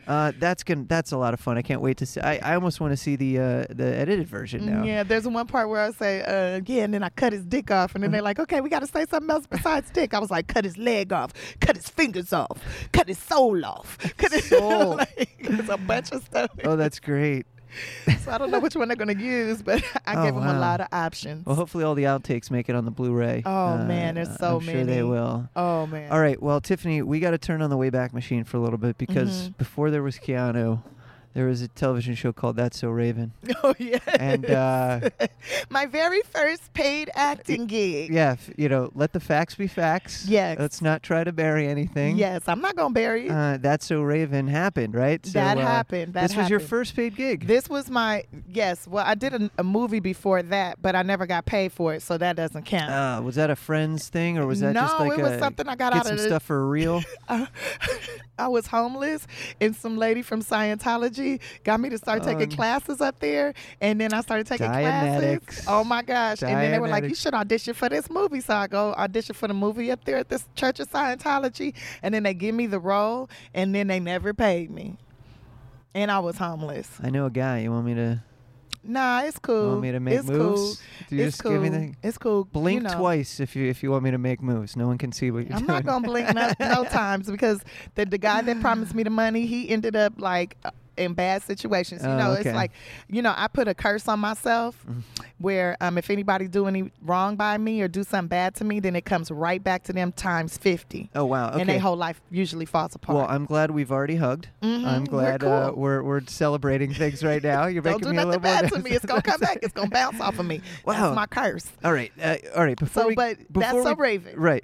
B: Uh, that's gonna. That's a lot of fun. I can't wait to see. I, I almost want to see the uh, the edited version now.
D: Yeah, there's one part where I say, uh, yeah, and then I cut his dick off. And then they're
B: Mm-hmm.
D: like, okay, we got to say something else besides dick. I was like, cut his leg off, cut his fingers off, cut his soul off, cut his
B: Soul.
D: like, it's a bunch of stuff.
B: Oh, that's great.
D: So I don't know which one they're going to use, but I
B: Oh,
D: gave them
B: wow.
D: a lot of options.
B: Well, hopefully all the outtakes make it on the Blu-ray. Uh,
D: Oh, man, there's so
B: I'm Sure they
D: many.
B: will.
D: oh, man.
B: All right. Well, Tiffany, we got to turn on the Wayback Machine for a little bit
D: Mm-hmm.
B: because before there was Keanu, there was a television show called That's So Raven,
D: Oh, yeah.
B: and uh,
D: My very first paid acting gig.
B: yeah, f- you know, let the facts be facts.
D: Yes.
B: Let's not try to bury anything.
D: Yes, I'm not going to bury it.
B: uh, that's so Raven happened, right? So,
D: That
B: uh,
D: happened, that
B: this was your
D: happened.
B: first paid gig.
D: This was my yes. Well, I did a, a movie before that, but I never got paid for it, so that doesn't count.
B: uh, was that a friends thing, or was that just
D: No,
B: like
D: it was
B: a,
D: something I got
B: get
D: out
B: some
D: of the-
B: stuff for real?
D: I, I was homeless, and some lady from Scientology got me to start taking
B: Um,
D: classes up there. And then I started taking
B: Dianetics.
D: classes. Oh my gosh! And then they were like, "You
B: Dianetics.
D: should audition for this movie." So I go audition for the movie up there at this Church of Scientology, and then they give me the role, and then they never paid me. And I was homeless.
B: I know a guy. You want me to
D: Nah, it's cool.
B: want me to make
D: it's
B: moves?
D: Cool.
B: Do you
D: it's
B: just
D: cool.
B: give me the-
D: It's cool.
B: blink
D: you know.
B: twice if you if you want me to make moves? No one can see what you're
D: I'm
B: doing.
D: not gonna blink no, no times because the the guy that promised me the money, he ended up like uh, in bad situations. You
B: Oh,
D: know,
B: okay. Mm.
D: it's like, you know, I put a curse on myself where um, if anybody do any wrong by me or do something bad to me, then it comes right back to them times fifty.
B: Oh wow. Okay.
D: And their whole life usually falls apart.
B: well, I'm glad we've already hugged. I'm
D: Mm-hmm. we're
B: glad uh,
D: cool.
B: we're we're celebrating things right now. You're
D: don't
B: making
D: do
B: me a little
D: nothing
B: more
D: bad to me. It's gonna come back. It's gonna bounce off of me.
B: Wow.
D: That's my curse.
B: All right, uh, all right. Before
D: So,
B: we,
D: but
B: before
D: that's so
B: we-
D: Raven.
B: Right.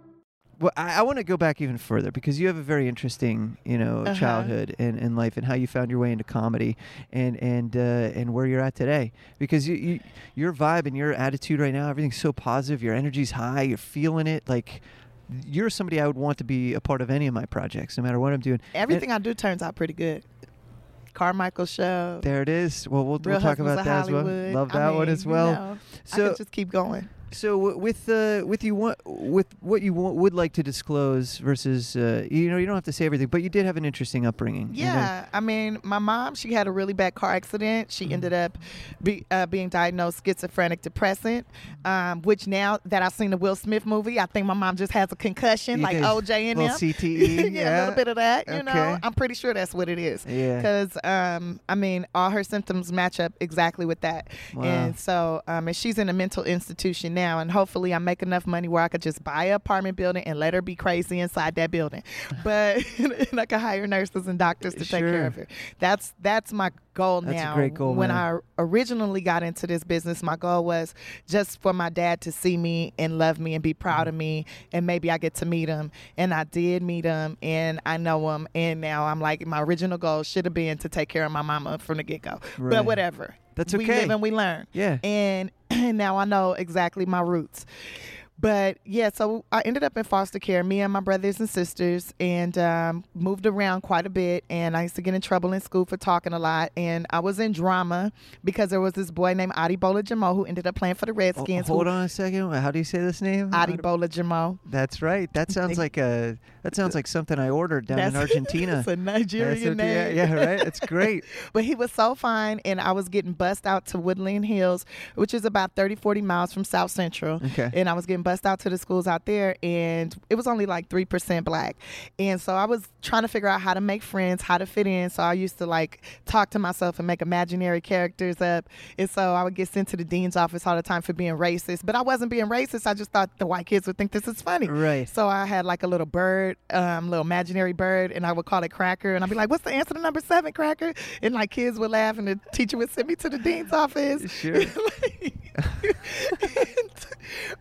B: Well, I, I want to go back even further because you have a very interesting, you know,
D: Uh-huh.
B: childhood and, and life and how you found your way into comedy and and uh, and where you're at today. Because you, you your vibe and your attitude right now, everything's so positive. Your energy's high. You're feeling it. Like you're somebody I would want to be a part of any of my projects, no matter what I'm doing. And
D: Everything I do turns out pretty good. Carmichael show.
B: there it is. Well, we'll,
D: Real
B: we'll talk
D: Husbands
B: about
D: of
B: that as well.
D: Hollywood.
B: Love
D: I
B: that one
D: mean,
B: as
D: you
B: well.
D: know, I
B: So-
D: could just keep going.
B: So w- with uh, with you want with what you want, would like to disclose versus uh, you know you don't have to say everything, but you did have an interesting upbringing. you know?
D: Yeah, I mean, my mom, she had a really bad car accident.
B: Mm-hmm.
D: She ended up be, uh, being diagnosed schizophrenic depressant, um, which now that I've seen the Will Smith movie, I think my mom just has a concussion,
B: You
D: like
B: think-
D: OJ and
B: little
D: them.
B: CTE,
D: yeah, a
B: yeah.
D: little bit of that. You
B: Okay.
D: know, I'm pretty sure that's what it is.
B: Yeah.
D: Because um, I mean, all her symptoms match up exactly with that,
B: Wow.
D: and so um, and she's in a mental institution now, and hopefully I make enough money where I could just buy an apartment building and let her be crazy inside that building, but and I could hire nurses and doctors to take
B: Sure.
D: care of her. That's that's my goal
B: That's a
D: now.
B: great goal,
D: When
B: man.
D: I originally got into this business, my goal was just for my dad to see me and love me and be proud
B: Mm-hmm.
D: of me, and maybe I get to meet him. And I did meet him, and I know him. And now I'm like, my original goal should have been to take care of my mama from the get go,
B: Right.
D: but whatever.
B: That's
D: We
B: okay.
D: live and we learn.
B: Yeah.
D: And and now I know exactly my roots. But yeah, so I ended up in foster care, me and my brothers and sisters, and um, moved around quite a bit. And I used to get in trouble in school for talking a lot. And I was in drama because there was this boy named Adibola Jamo who ended up playing for the
B: Oh,
D: Redskins.
B: hold
D: who,
B: on a second. How do you say this name?
D: Adibola Jamo.
B: That's right. That sounds like a that sounds like something I ordered down in Argentina.
D: That's a
B: That's
D: Nigerian
B: what- yeah,
D: name.
B: yeah, right. It's great.
D: But he was so fine, and I was getting bussed out to Woodland Hills, which is about 30, 40 miles from South Central.
B: Okay.
D: And I was getting bussed out to the schools out there, and it was only like 3% black. And so I was trying to figure out how to make friends, how to fit in. So I used to like talk to myself and make imaginary characters up. And so I would get sent to the dean's office all the time for being racist. But I wasn't being racist. I just thought the white kids would think this is funny.
B: Right.
D: So I had like a little bird, um, little imaginary bird, and I would call it Cracker, and I'd be like, "What's the answer to number seven, Cracker?" And like kids would laugh, and the teacher would send me to the dean's office.
B: Sure.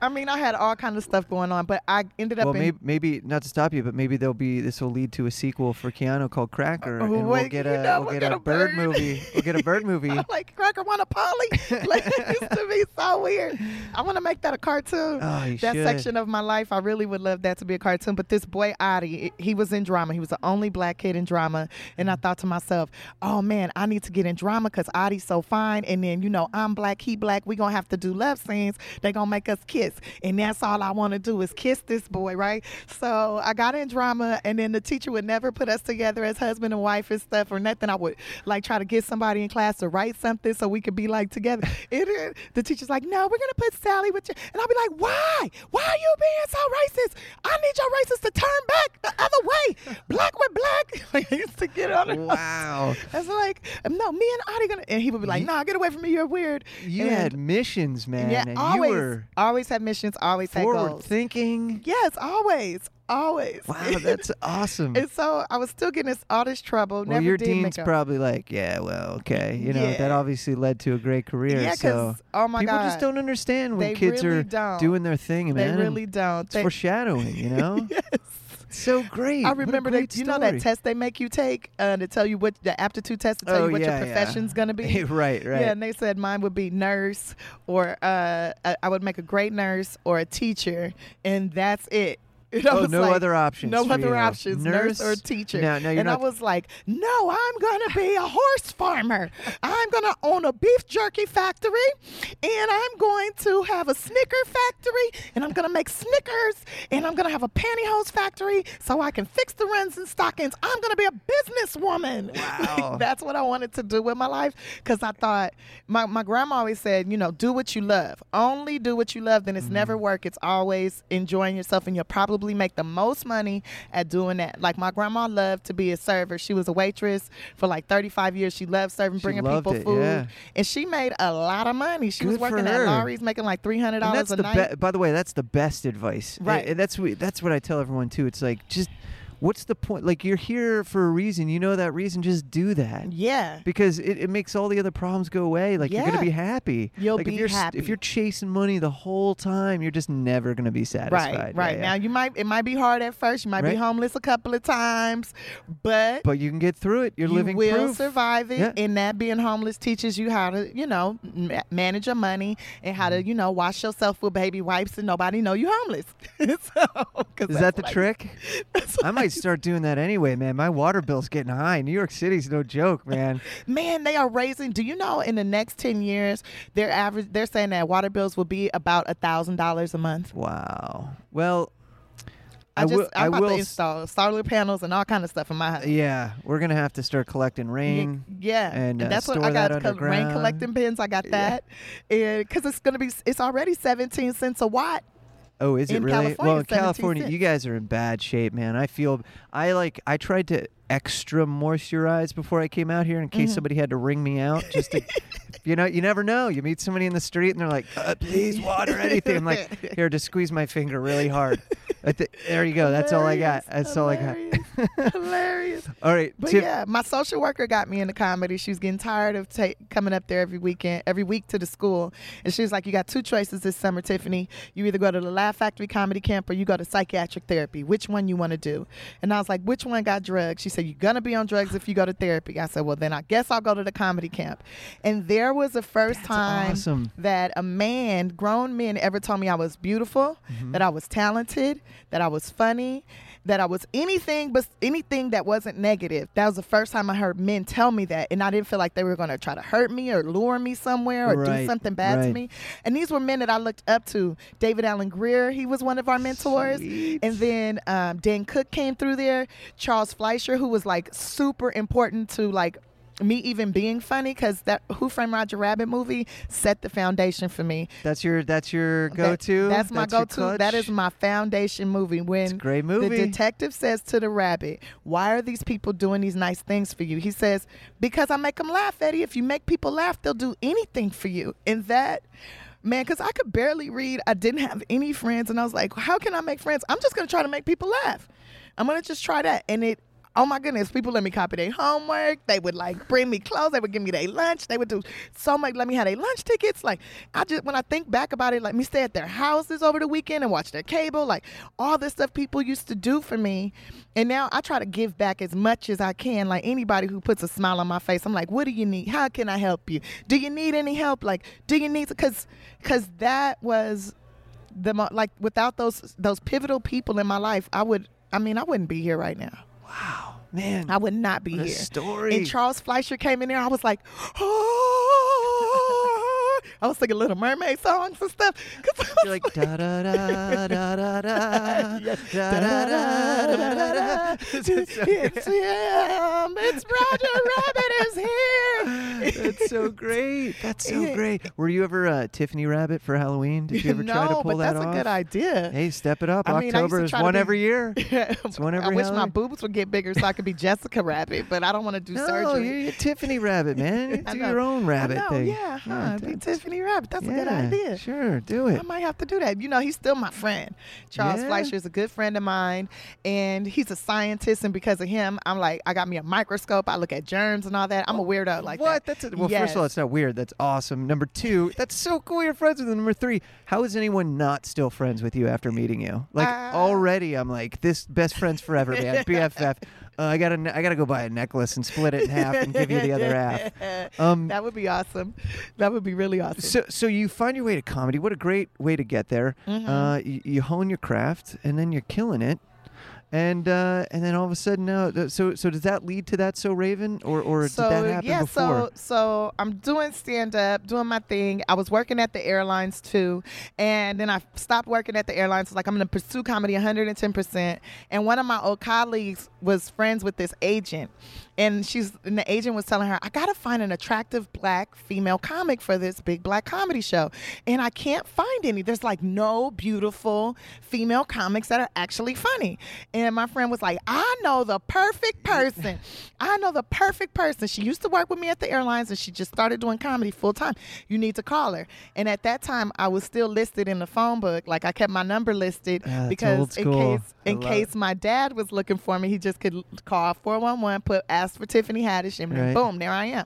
D: I mean, I had all kind of stuff going on, but I ended up
B: well,
D: in.
B: maybe, maybe not to stop you, but maybe there'll be this will lead to a sequel for Keanu called Cracker,
D: Oh,
B: and we'll
D: wait,
B: get
D: you
B: a
D: know,
B: we'll, get, a, bird, movie. We'll get a bird movie.
D: I'm like Cracker want a Polly. Like it used to be so weird. I want to make that a cartoon.
B: Oh, you
D: that
B: should.
D: section of my life, I really would love that to be a cartoon. But this boy Adi, i- he was in drama. He was the only black kid in drama, and I
B: Mm.
D: thought to myself, "Oh man, I need to get in drama because Adi's so fine." And then you know, I'm black, he black. We gonna have to do love scenes. They gonna make us kiss, and that's all I want to do is kiss this boy, right? So I got in drama, and then the teacher would never put us together as husband and wife and stuff or nothing. I would like try to get somebody in class to write something so we could be like together. It is the teacher's like, no, we're gonna put Sally with you, and I'll be like, why? Why are you being so racist? I need your racists to turn back the other way, black with black. Like, I used to get on. her.
B: wow,
D: I was like, no, me and Adi gonna, and he would be like, nah, get away from me, you're weird.
B: you
D: And-
B: had missions, man,
D: yeah,
B: and
D: always,
B: you were
D: always had missions, always had
B: forward
D: goals.
B: thinking.
D: Yes, always, always.
B: Wow, that's awesome.
D: And so I was still getting this, all this trouble.
B: well,
D: never
B: your
D: did
B: dean's
D: make up.
B: probably like, yeah, well, okay, you know,
D: Yeah.
B: that obviously led to a great career.
D: Yeah, 'cause,
B: so
D: oh my
B: people just
D: God.
B: don't understand when
D: They
B: kids
D: really
B: are
D: don't.
B: doing their thing,
D: They
B: man. and
D: really don't.
B: It's
D: They-
B: foreshadowing, you know. yes. so great.
D: I
B: What a
D: remember
B: great
D: that. You know that
B: story.
D: test they make you take uh, to tell you what the aptitude test to tell
B: Oh,
D: you what
B: yeah,
D: your
B: yeah.
D: profession's gonna be.
B: Right, right.
D: Yeah, and they said mine would be nurse, or uh, I I would make a great nurse or a teacher, and that's it. And I
B: Oh,
D: was
B: no
D: like,
B: other options
D: No
B: for
D: other
B: you.
D: options, nurse, or
B: Nurse?
D: teacher.
B: No, no, you're
D: and
B: not-
D: I was like, no, I'm gonna be a horse farmer. I'm gonna own a beef jerky factory, and I'm going to have a snicker factory, and I'm gonna make snickers, and I'm gonna have a pantyhose factory so I can fix the runs and stockings. I'm gonna be a businesswoman.
B: Wow.
D: That's what I wanted to do with my life because I thought my, my grandma always said, you know, do what you love. Only do what you love, then it's never
B: Mm-hmm.
D: work. It's always enjoying yourself, and you'll probably make the most money at doing that. Like my grandma loved to be a server. She was a waitress for like 35 years. She loved serving,
B: She
D: bringing
B: loved
D: people
B: it,
D: food,
B: yeah.
D: and she made a lot of money. She was
B: Good for
D: working at
B: her.
D: Laurie's, making like $300
B: And that's
D: a
B: the
D: night.
B: be- by the way, that's the best advice. A-
D: Right.
B: And that's what that's what I tell everyone too. It's like just what's the point? Like you're here for a reason. You know that reason, just do that.
D: yeah.
B: Because it, it makes all the other problems go away. Like you're gonna
D: Yeah.
B: be happy.
D: You'll
B: like
D: be
B: if you're, s- If
D: happy.
B: you're chasing money the whole time, you're just never gonna be satisfied.
D: Right,
B: Yeah,
D: right.
B: yeah.
D: Now you might it might be hard at first. You might
B: Right.
D: be homeless a couple of times, but
B: but you can get through it. You're living
D: will
B: proof.
D: survive it
B: Yeah.
D: and that being homeless teaches you how to you know ma- manage your money and how
B: Mm-hmm.
D: to you know wash yourself with baby wipes and nobody know you homeless so, 'cause
B: Is that
D: that's
B: the
D: like-
B: trick?
D: that's
B: I might start doing that anyway, man. My water bill's getting high. New York City's no joke, man.
D: man they are raising do you know in the next 10 years their average they're saying that water bills will be about a thousand dollars a month
B: Wow. Well,
D: i, just
B: will.
D: i'm about
B: will
D: to
B: s-
D: install solar panels and all kind of stuff in my house
B: Yeah, we're gonna have to start collecting rain.
D: Yeah,
B: and, uh,
D: that's what
B: store
D: I got.
B: that
D: co- rain
B: underground.
D: collecting bins, I got that, and because it's gonna be, it's already seventeen cents a watt.
B: Oh, is it
D: In
B: really?
D: California,
B: well, in
D: 17
B: California,
D: cents.
B: you guys are in bad shape, man. I feel I like I tried to extra moisturize before I came out here in
D: Mm-hmm.
B: case somebody had to ring me out just to. You know, you never know. You meet somebody in the street and they're like, uh, "Please, water anything." I'm like, "Here, just squeeze my finger really hard." I thi- there you go. That's all I got.
D: Hilarious,
B: That's all I got.
D: hilarious, Hilarious.
B: All right,
D: But
B: Tiff-
D: yeah, my social worker got me into comedy. She was getting tired of ta- coming up there every weekend, every week to the school. And she was like, You got two choices this summer, Tiffany. You either go to the Laugh Factory Comedy Camp or you go to psychiatric therapy. Which one you want to do? And I was like, Which one got drugs? She said, You're going to be on drugs if you go to therapy. I said, Well, then I guess I'll go to the comedy camp. And there was the first time
B: awesome.
D: that a man, grown men, ever told me I was beautiful,
B: Mm-hmm.
D: that I was talented, that I was funny, that I was anything but anything that wasn't negative. That was the first time I heard men tell me that, and I didn't feel like they were going to try to hurt me or lure me somewhere or
B: Right,
D: do something bad to
B: right.
D: me. And these were men that I looked up to. David Allen Greer, he was one of our mentors, and then um, Dan Cook came through there. Charles Fleischer, who was like super important to like me even being funny because that Who Framed Roger Rabbit movie set the foundation for me.
B: that's your that's your go
D: That-
B: to.
D: That's my
B: your
D: go to. That
B: clutch?
D: is my foundation movie. When
B: a great movie.
D: the detective says to the rabbit, "Why are these people doing these nice things for you?" He says, "Because I make them laugh, Eddie. If you make people laugh, they'll do anything for you." And that. Man, because I could barely read. I didn't have any friends. And I was like, how can I make friends? I'm just going to try to make people laugh. I'm going to just try that. And it Oh my goodness, people let me copy their homework. They would like bring me clothes. They would give me their lunch. They would do so much. Let me have their lunch tickets. Like, I just, when I think back about it, like me stay at their houses over the weekend and watch their cable, like all this stuff people used to do for me. And now I try to give back as much as I can. Like anybody who puts a smile on my face, I'm like, what do you need? How can I help you? Do you need any help? Like, do you need, cause, cause that was the, mo- like without those, those pivotal people in my life, I would, I mean, I wouldn't be here right now.
B: man.
D: I would not be
B: What a
D: here.
B: story.
D: And Charles Fleischer came in there. I was like, oh. I was singing Little Mermaid songs and stuff. 'Cause I
B: You're
D: was
B: like da da da da da da da da da da da da.
D: it's him. It's Roger Rabbit is here.
B: That's so great. That's so
D: Yeah.
B: great. Were you ever uh, Tiffany Rabbit for Halloween? Did you ever
D: no,
B: try to pull
D: but
B: that
D: that's
B: off?
D: a good idea.
B: Hey, step it up.
D: I mean, I used to
B: October is
D: try to
B: one
D: be-
B: every year.
D: it's
B: one
D: I
B: every
D: wish my
B: Halloween.
D: boobs would get bigger so I could be Jessica Rabbit, but I don't want to do
B: No,
D: surgery.
B: you're, you're Tiffany Rabbit, man. You
D: I
B: do
D: know.
B: your own rabbit
D: I know,
B: thing.
D: Yeah, huh? be
B: that's-
D: Tiffany Rabbit. That's a good
B: yeah,
D: idea.
B: Sure, do it.
D: I might have to do that. You know, he's still my friend. Charles
B: Yeah.
D: Fleischer is a good friend of mine, and he's a scientist. And because of him, I'm like, I got me a microscope. I look at germs and all that. I'm a weirdo like
B: Oh, what?
D: that.
B: That's a, well. First of all,
D: Yes.
B: it's not weird. That's awesome. Number two, that's so cool. You're friends with him. Number three, how is anyone not still friends with you after meeting you? Like
D: Uh,
B: already, I'm like this best friends forever, man. BFF. Uh, I gotta, ne- I gotta go buy a necklace and split it in half and give you the other half. Um,
D: that would be awesome. That would be really awesome.
B: so, so you find your way to comedy. What a great way to get there.
D: Mm-hmm.
B: Uh, you, you hone your craft, and then you're killing it. And uh, and then all of a sudden, now, th- so so does that lead to that so Raven, or or did that happen
D: yeah,
B: before?
D: so so I'm doing stand up, doing my thing. I was working at the airlines too, and then I stopped working at the airlines. I was like, I'm gonna pursue comedy 110. percent And one of my old colleagues was friends with this agent, and she's and the agent was telling her, I gotta find an attractive black female comic for this big black comedy show, and I can't find any. There's like no beautiful female comics that are actually funny. And my friend was like, I know the perfect person. I know the perfect person. She used to work with me at the airlines and she just started doing comedy full time. You need to call her. And at that time, I was still listed in the phone book. Like I kept my number listed
B: Ah, that's old
D: because in
B: school.
D: case
B: I
D: in
B: love it.
D: case my dad was looking for me, he just could call 411, put ask for Tiffany Haddish, and
B: Right.
D: then boom, there I am.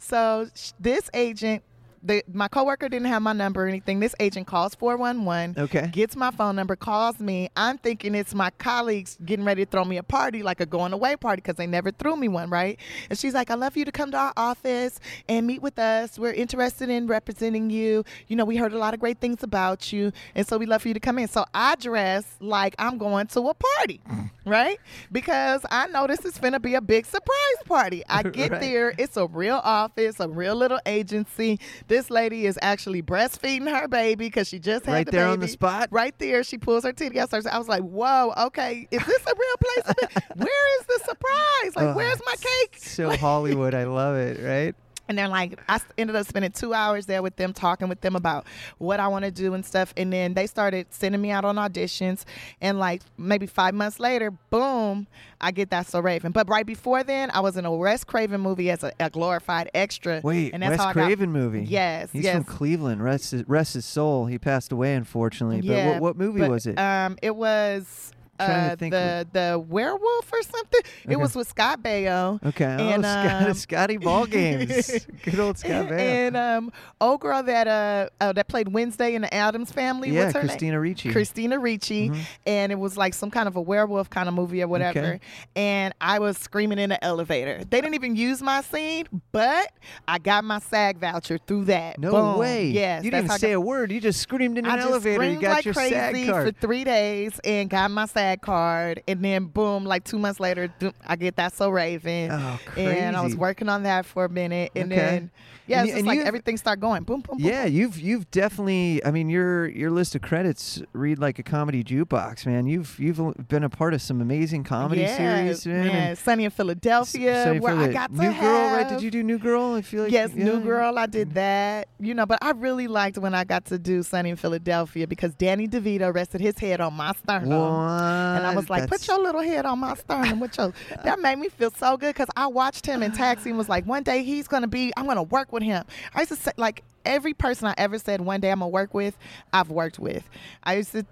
D: So sh- this agent, the, my coworker didn't have my number or anything. This agent calls 411,
B: Okay.
D: gets my phone number, calls me. I'm thinking it's my colleagues getting ready to throw me a party, like a going away party, because they never threw me one, right? And she's like, I love you to come to our office and meet with us. We're interested in representing you. You know, we heard a lot of great things about you. And so we love for you to come in. So I dress like I'm going to a party,
B: Mm.
D: right? Because I know this is finna be a big surprise party. I get
B: Right.
D: there here. It's a real office, a real little agency. This lady is actually breastfeeding her baby because she just had
B: Right
D: the
B: there on the
D: baby.
B: spot?
D: Right there, she pulls her titty out. starts- I was like, "Whoa, okay, is this a real place? to be? Where is the surprise? Like,
B: Ugh,
D: where's my
B: it's
D: cake?"
B: So
D: Like-
B: Hollywood, I love it, right?
D: And they're like, I s- ended up spending two hours there with them, talking with them about what I want to do and stuff. And then they started sending me out on auditions. And like maybe five months later, boom, I get that So Raven. But right before then, I was in a Wes Craven movie as a, a glorified extra.
B: Wait,
D: and that's
B: Wes
D: how I got-
B: Craven movie.
D: Yes,
B: he's
D: yes.
B: from Cleveland. Rest his, rest his soul. He passed away, unfortunately.
D: Yeah,
B: but what, what movie
D: but,
B: was it?
D: Um, it was
B: Trying to
D: uh,
B: think
D: the the werewolf or something.
B: Okay.
D: It was with Scott Baio.
B: okay,
D: and,
B: oh, Scott,
D: um,
B: Scotty Ball Games. Good old Scott Van.
D: and um, old girl that uh, uh that played Wednesday in the Adams Family.
B: Yeah,
D: What's her name?
B: Christina Ricci. Mm-hmm.
D: Christina Ricci, and it was like some kind of a werewolf kind of movie or whatever.
B: Okay.
D: And I was screaming in the elevator. They didn't even use my scene, but I got my SAG voucher through that.
B: no
D: Boom.
B: way.
D: Yes,
B: you
D: that's
B: didn't
D: how I
B: say
D: got-
B: a word. You just screamed in an
D: I just
B: elevator. You
D: screamed
B: got
D: like
B: your
D: crazy
B: SAG card.
D: for three days and got my SAG card, and then boom, like two months later, doom, I get that so Raven,
B: Oh,
D: and I was
B: crazy.
D: working on that for a minute, and
B: Okay.
D: then yeah,
B: And
D: it's
B: you-
D: just
B: and
D: like
B: you've-
D: everything started going boom, boom, boom.
B: yeah, you've you've definitely. I mean, your your list of credits read like a comedy jukebox, man. You've you've been a part of some amazing comedy
D: yeah,
B: series, man. and-
D: Sunny in Philadelphia,
B: Sunny
D: where I
B: Philadelphia.
D: got to
B: New
D: have
B: Girl, right? Did you do New Girl? I feel like
D: yes, New
B: yeah. Mm-hmm.
D: Girl. I did that, you know. But I really liked when I got to do Sunny in Philadelphia because Danny DeVito rested his head on my sternum. And I
B: What?
D: was like,
B: That's-
D: put your little head on my sternum. With your, that made me feel so good because I watched him in Taxi and was like, one day he's going to be, I'm going to work with him. I used to say, like, every person I ever said one day I'm going to work with, I've worked with. I used to.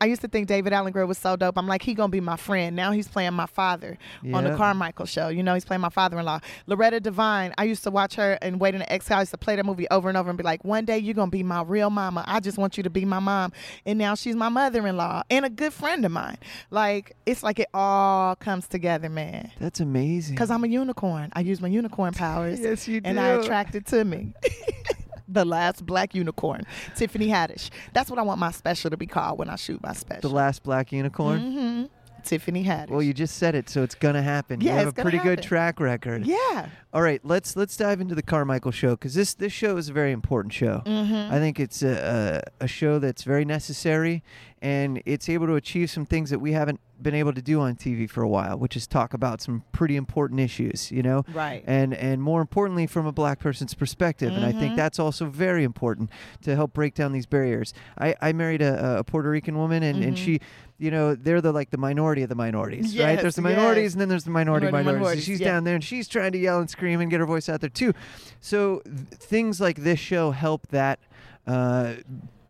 D: I used to think David Allen Greer was so dope. I'm like, he gonna be my friend. Now he's playing my father on the
B: Yeah.
D: Carmichael show. You know, he's playing my father-in-law. Loretta Devine. I used to watch her and wait in the exhale. I used to play that movie over and over and be like, one day you're gonna be my real mama. I just want you to be my mom. And now she's my mother-in-law and a good friend of mine. Like, it's like it all comes together, man.
B: That's amazing.
D: Cause I'm a unicorn. I use my unicorn powers.
B: Yes, you
D: And I
B: do.
D: attract it to me. the last black unicorn, Tiffany Haddish. That's what I want my special to be called when I shoot my
B: the
D: special.
B: last black unicorn.
D: Mm-hmm. Tiffany Haddish.
B: Mm-hmm. Well, you just said it, so it's gonna happen.
D: Yeah,
B: you have
D: it's
B: a
D: gonna
B: pretty good
D: happen.
B: track record.
D: yeah.
B: All right, let's let's dive into the Carmichael show because this this show is a very important show.
D: Mm-hmm.
B: I think it's a, a a show that's very necessary, and it's able to achieve some things that we haven't been able to do on TV for a while, which is talk about some pretty important issues, you know.
D: Right.
B: And and more importantly, from a black person's perspective, and I
D: Mm-hmm.
B: think that's also very important to help break down these barriers. I I married a, a Puerto Rican woman, and and she. You know, they're the like the minority of the minorities, right?
D: Mm-hmm. Yes,
B: There's the
D: yes.
B: minorities, and then there's the minority
D: Minority
B: minorities.
D: minorities,
B: She's
D: yeah.
B: down there and she's trying to yell and scream and get her voice out there too. So th- things like this show help that uh,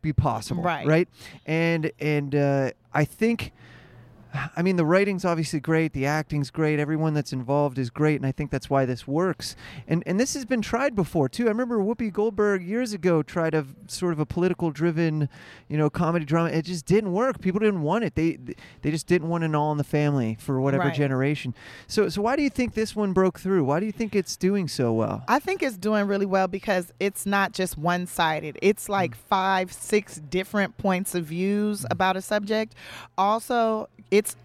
B: be possible,
D: Right.
B: Right, and and uh, I think. I mean, the writing's obviously great, the acting's great, everyone that's involved is great, and I think that's why this works. And and this has been tried before too. I remember Whoopi Goldberg years ago tried a v- sort of a political-driven, you know, comedy drama. It just didn't work. People didn't want it. They they just didn't want an All in the Family for whatever
D: Right.
B: generation. So so why do you think this one broke through? Why do you think it's doing so well?
D: I think it's doing really well because it's not just one sided. It's like
B: Mm.
D: five, six different points of views about a subject. Also, it's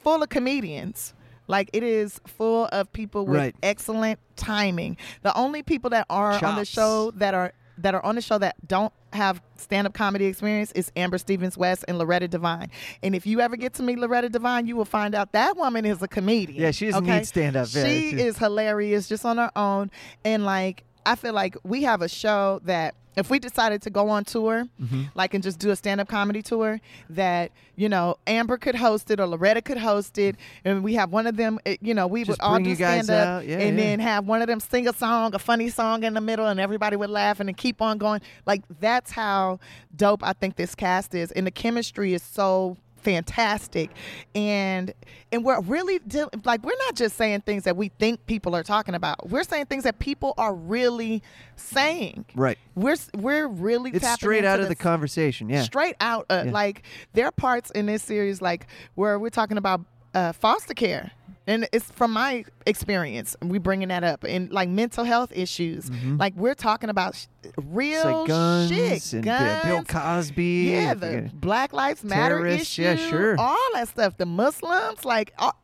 D: full of comedians. Like it is full of people with
B: Right.
D: excellent timing. The only people that are on the
B: Chops.
D: show that are that are on the show that don't have stand-up comedy experience is Amber Stevens West and Loretta Devine. And if you ever get to meet Loretta Devine, you will find out that woman is a comedian.
B: Yeah, she doesn't
D: okay?
B: need stand-up, yeah,
D: She
B: she-
D: is is hilarious just on her own and like i feel like we have a show that if we decided to go on tour
B: Mm-hmm.
D: like and just do a stand-up comedy tour that you know amber could host it or loretta could host it and we have one of them eh, you know we
B: Just
D: would all
B: bring
D: do
B: you guys
D: stand-up
B: out. Yeah,
D: and
B: yeah.
D: then have one of them sing a song a funny song in the middle and everybody would laugh and then keep on going like that's how dope i think this cast is and the chemistry is so fantastic and and we're really deal- like we're not just saying things that we think people are talking about we're saying things that people are really saying
B: Right.
D: we're s- we're really
B: It's
D: tapping
B: straight
D: into
B: out of the
D: s-
B: conversation. Yeah.
D: straight out uh,
B: Yeah.
D: like there are parts in this series like where we're talking about uh, foster care and it's from my experience we bringing that up and like mental health issues like we're talking about sh- real
B: It's like Mm-hmm. guns
D: shit
B: and uh,
D: guns
B: Bill Cosby.
D: yeah,
B: and
D: the
B: fucking-
D: Black Lives Matter
B: Terrorists,
D: issue.
B: yeah, sure.
D: All that stuff. The Muslims, like all,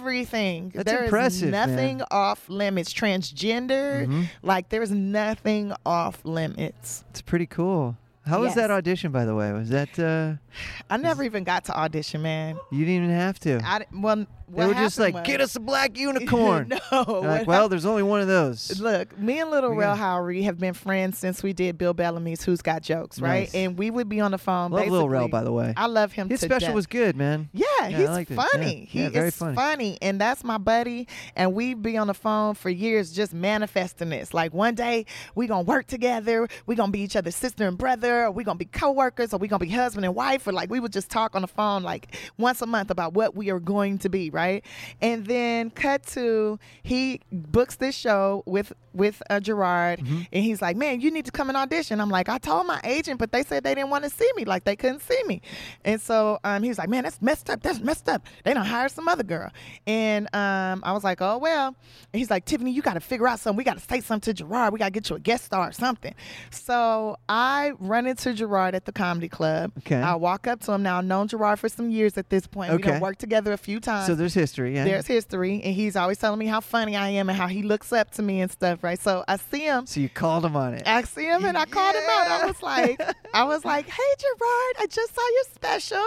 D: everything.
B: That's
D: There is
B: impressive, man. Mm-hmm.
D: nothing off limits. Transgender, like there is nothing off limits.
B: It's pretty cool. How was that
D: Yes.
B: audition, by the way? Was that uh,
D: I never even got to audition, man.
B: you didn't even have to?
D: I di- well,
B: They were just like,
D: happened was-
B: get us a black unicorn.
D: no.
B: They're
D: what
B: like, well, there's only one of those.
D: Look, me and Little
B: Yeah.
D: Rel Howery have been friends since we did Bill Bellamy's Who's Got Jokes, right?
B: Nice.
D: And we would be on the phone.
B: Love Lil Rel,
D: basically-
B: by the way.
D: I love him.
B: His
D: to
B: special
D: death.
B: was good, man.
D: Yeah,
B: Yeah, I
D: he's
B: liked it. Yeah.
D: funny. He
B: Yeah, very
D: is
B: funny.
D: funny. and that's my buddy. And we be on the phone for years, just manifesting this. Like one day we gonna work together. We gonna be each other's sister and brother. Or we gonna be coworkers. Or we gonna be husband and wife. Or like we would just talk on the phone like once a month about what we are going to be, right? And then cut to he books this show with with uh, Gerard,
B: Mm-hmm.
D: and he's like, "Man, you need to come and audition." I'm like, "I told my agent, but they said they didn't want to see me, like they couldn't see me." And so um, he was like, "Man, that's messed up. That's messed up. They don't hire some other girl." And um, I was like, "Oh well." And he's like, "Tiffany, you got to figure out something. We got to say something to Gerard. We got to get you a guest star or something." So I run into Gerard at the comedy club.
B: Okay.
D: I walk up to him. Now I've known Gerard for some years at this point. We
B: Okay.
D: done worked together a few times
B: So there's history. Yeah.
D: there's history and he's always telling me how funny I am and how he looks up to me and stuff, right? So I see him.
B: so you called him on it.
D: I see him and I called him out.
B: Yeah.
D: I was like, I was like, hey Gerard, I just saw your special.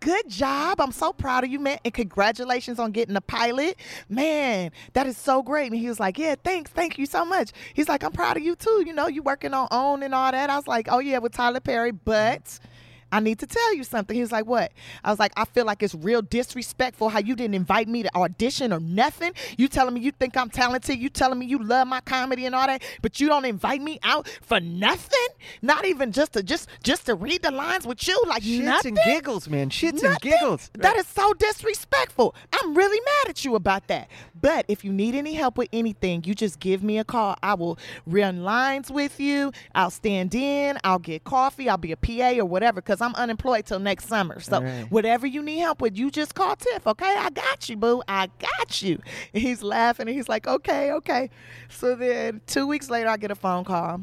D: Good job. I'm so proud of you, man. And congratulations on getting the pilot. Man, that is so great. And he was like, Yeah, thanks. Thank you so much. He's like, I'm proud of you too. You know, you working on own and all that. I was like, Oh yeah, with Tyler Perry, but I need to tell you something. He was like, What? I was like, I feel like it's real disrespectful how you didn't invite me to audition or nothing. You telling me you think I'm talented. You telling me you love my comedy and all that, but you don't invite me out for nothing? Not even just to just just to read the lines with you. Like
B: Shits
D: nothing.
B: and giggles, man. Shits and
D: Nothing.
B: giggles.
D: That is so disrespectful. I'm really mad at you about that. But if you need any help with anything, you just give me a call. I will run lines with you. I'll stand in. I'll get coffee. I'll be a PA or whatever because I'm unemployed till next summer. So
B: All right.
D: whatever you need help with, you just call Tiff, okay? I got you, boo. I got you. And he's laughing and he's like, okay, okay. So then two weeks later, I get a phone call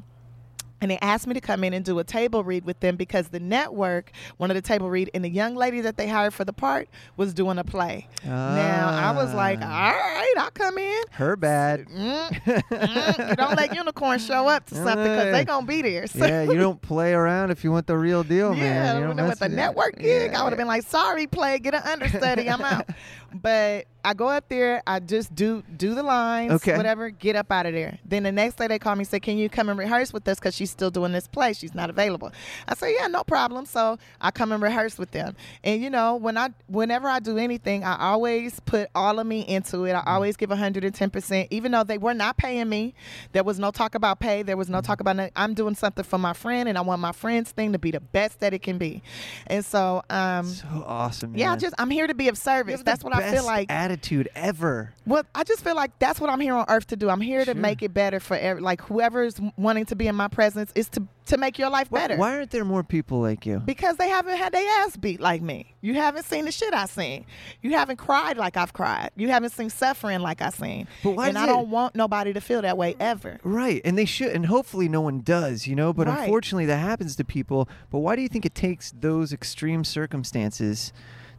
D: and they asked me to come in and do a table read with them because the network wanted a table read and the young lady that they hired for the part was doing a play now i was like all
B: Ah.
D: right i'll come in
B: Her bad.
D: Mm, mm, you don't let unicorns show up to something because they gonna be there so
B: yeah, you don't play around if you want the real deal, man.
D: yeah,
B: You don't
D: when it
B: mess
D: was a
B: with-
D: network
B: Yeah,
D: gig, I would have been like, "Sorry, play, get an understudy, I'm out." But I go up there, I just do do the lines,
B: Okay.
D: whatever, get up out of there. Then the next day they call me and say, "Can you come and rehearse with us? Because she's still doing this play, she's not available." I say, "Yeah, no problem." So I come and rehearse with them, and you know, when I whenever I do anything, I always put all of me into it. I always give 110 percent, even though they were not paying me. There was no talk about pay. There was no talk about. no- I'm doing something for my friend, and I want my friend's thing to be the best that it can be. And so, um,
B: So awesome, man.
D: yeah, I just I'm here to be of
B: You have
D: service.
B: the
D: That's what I feel
B: best
D: like.
B: Attitude ever.
D: Well, I just feel like that's what I'm here on earth to do. I'm here to
B: Sure.
D: make it better for every, like whoever's wanting to be in my presence is to to make your life
B: Why-
D: better.
B: Why aren't there more people like you?
D: Because they haven't had their ass beat like me. You haven't seen the shit I seen. You haven't cried like I've cried. You haven't seen suffering like I seen.
B: But why
D: and
B: is
D: I
B: it-
D: don't want nobody to feel that way ever.
B: Right, and they should, and hopefully no one does, you know. But
D: Right.
B: unfortunately, that happens to people. But why do you think it takes those extreme circumstances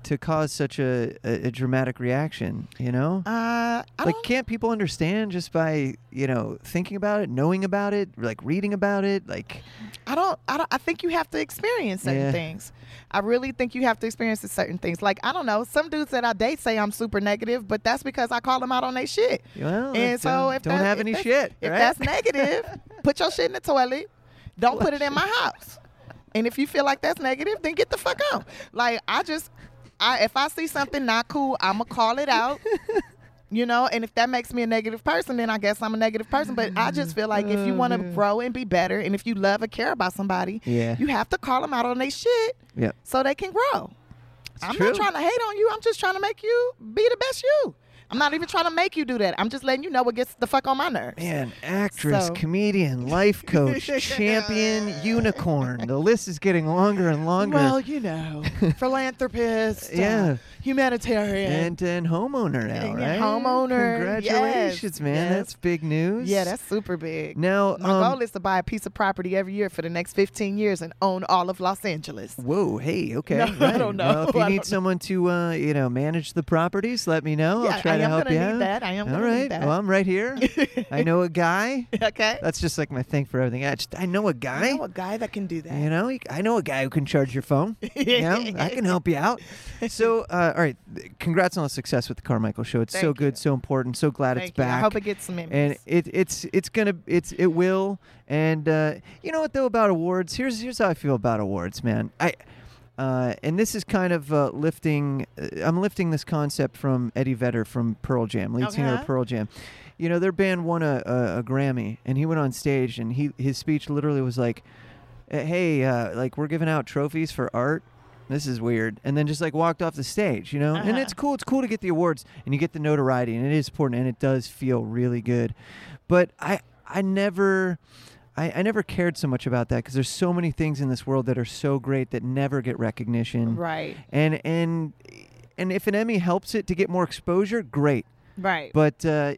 B: to cause such a, a, a dramatic reaction? You know,
D: Uh, I
B: like
D: don't-
B: can't people understand just by you know thinking about it, knowing about it, like reading about it, like
D: I don't, I don't, I think you have to experience certain
B: Yeah.
D: things. I really think you have to experience certain things. Like, I don't know, some dudes that I date say I'm super negative, but that's because I call them out on their shit.
B: well,
D: and
B: that's-
D: so
B: don't,
D: if
B: don't
D: that-
B: have
D: if
B: any
D: that's-
B: shit.
D: if
B: right?
D: that's negative, put your shit in the toilet. Don't put it in my house. And if you feel like that's negative, then get the fuck out. Like I just, I if I see something not cool, I'ma call it out. You know, and if that makes me a negative person, then I guess I'm a negative person. But I just feel like if you want to grow and be better, and if you love or care about somebody,
B: Mm-hmm. Yeah.
D: you have to call them out on their shit
B: yeah,
D: so they can grow. I'm
B: true.
D: not trying to hate on you. I'm just trying to make you be the best you. I'm not even trying to make you do that. I'm just letting you know what gets the fuck on my nerves.
B: Man, actress,
D: So-
B: comedian, life coach, champion, unicorn. The list is getting longer and longer.
D: Well, you know, philanthropist, uh,
B: Yeah.
D: humanitarian.
B: and and homeowner now,
D: And yeah,
B: right?
D: homeowner,
B: Congratulations,
D: yes,
B: man.
D: yes.
B: That's big news.
D: yeah, that's super big.
B: now.
D: my
B: um,
D: goal is to buy a piece of property every year for the next 15 years and own all of Los Angeles.
B: Whoa, hey, okay.
D: No, I
B: right.
D: don't
B: Well,
D: know.
B: if you
D: I
B: need
D: don't-
B: someone to, uh, you know, manage the properties, let me know.
D: Yeah,
B: I'll try try
D: I
B: to
D: am
B: help
D: gonna
B: you
D: need
B: out.
D: that. I am
B: All
D: gonna need
B: right.
D: that.
B: Well, I'm right here. I know a guy.
D: okay.
B: That's just like my thing for everything. I just I know a guy.
D: I know a guy that can do that.
B: You know, you- I know a guy who can charge your phone. You know, I can help you out. So, uh, all right, th- congrats on the success with the Carmichael Show. It's so
D: Thank
B: good,
D: you.
B: so important. So glad
D: Thank
B: it's
D: you.
B: back.
D: I hope it gets some
B: and
D: Emmys.
B: it, it's it's gonna it's it will. And uh, you know what though about awards? Here's here's how I feel about awards, man. I. Uh, and this is kind of uh, lifting. Uh, I'm lifting this concept from Eddie Vedder from Pearl Jam, lead singer of
D: Okay.
B: Pearl Jam. You know, their band won a, a, a Grammy, and he went on stage, and he his speech literally was like, uh, hey, uh, like we're giving out trophies for art. This is weird. And then just like walked off the stage, you know? And
D: Uh-huh.
B: it's cool. It's cool to get the awards and you get the notoriety and it is important and it does feel really good. But I, I never. I, I never cared so much about that because there's so many things in this world that are so great that never get recognition.
D: right.
B: And and and if an Emmy helps it to get more exposure, great.
D: Right.
B: But uh,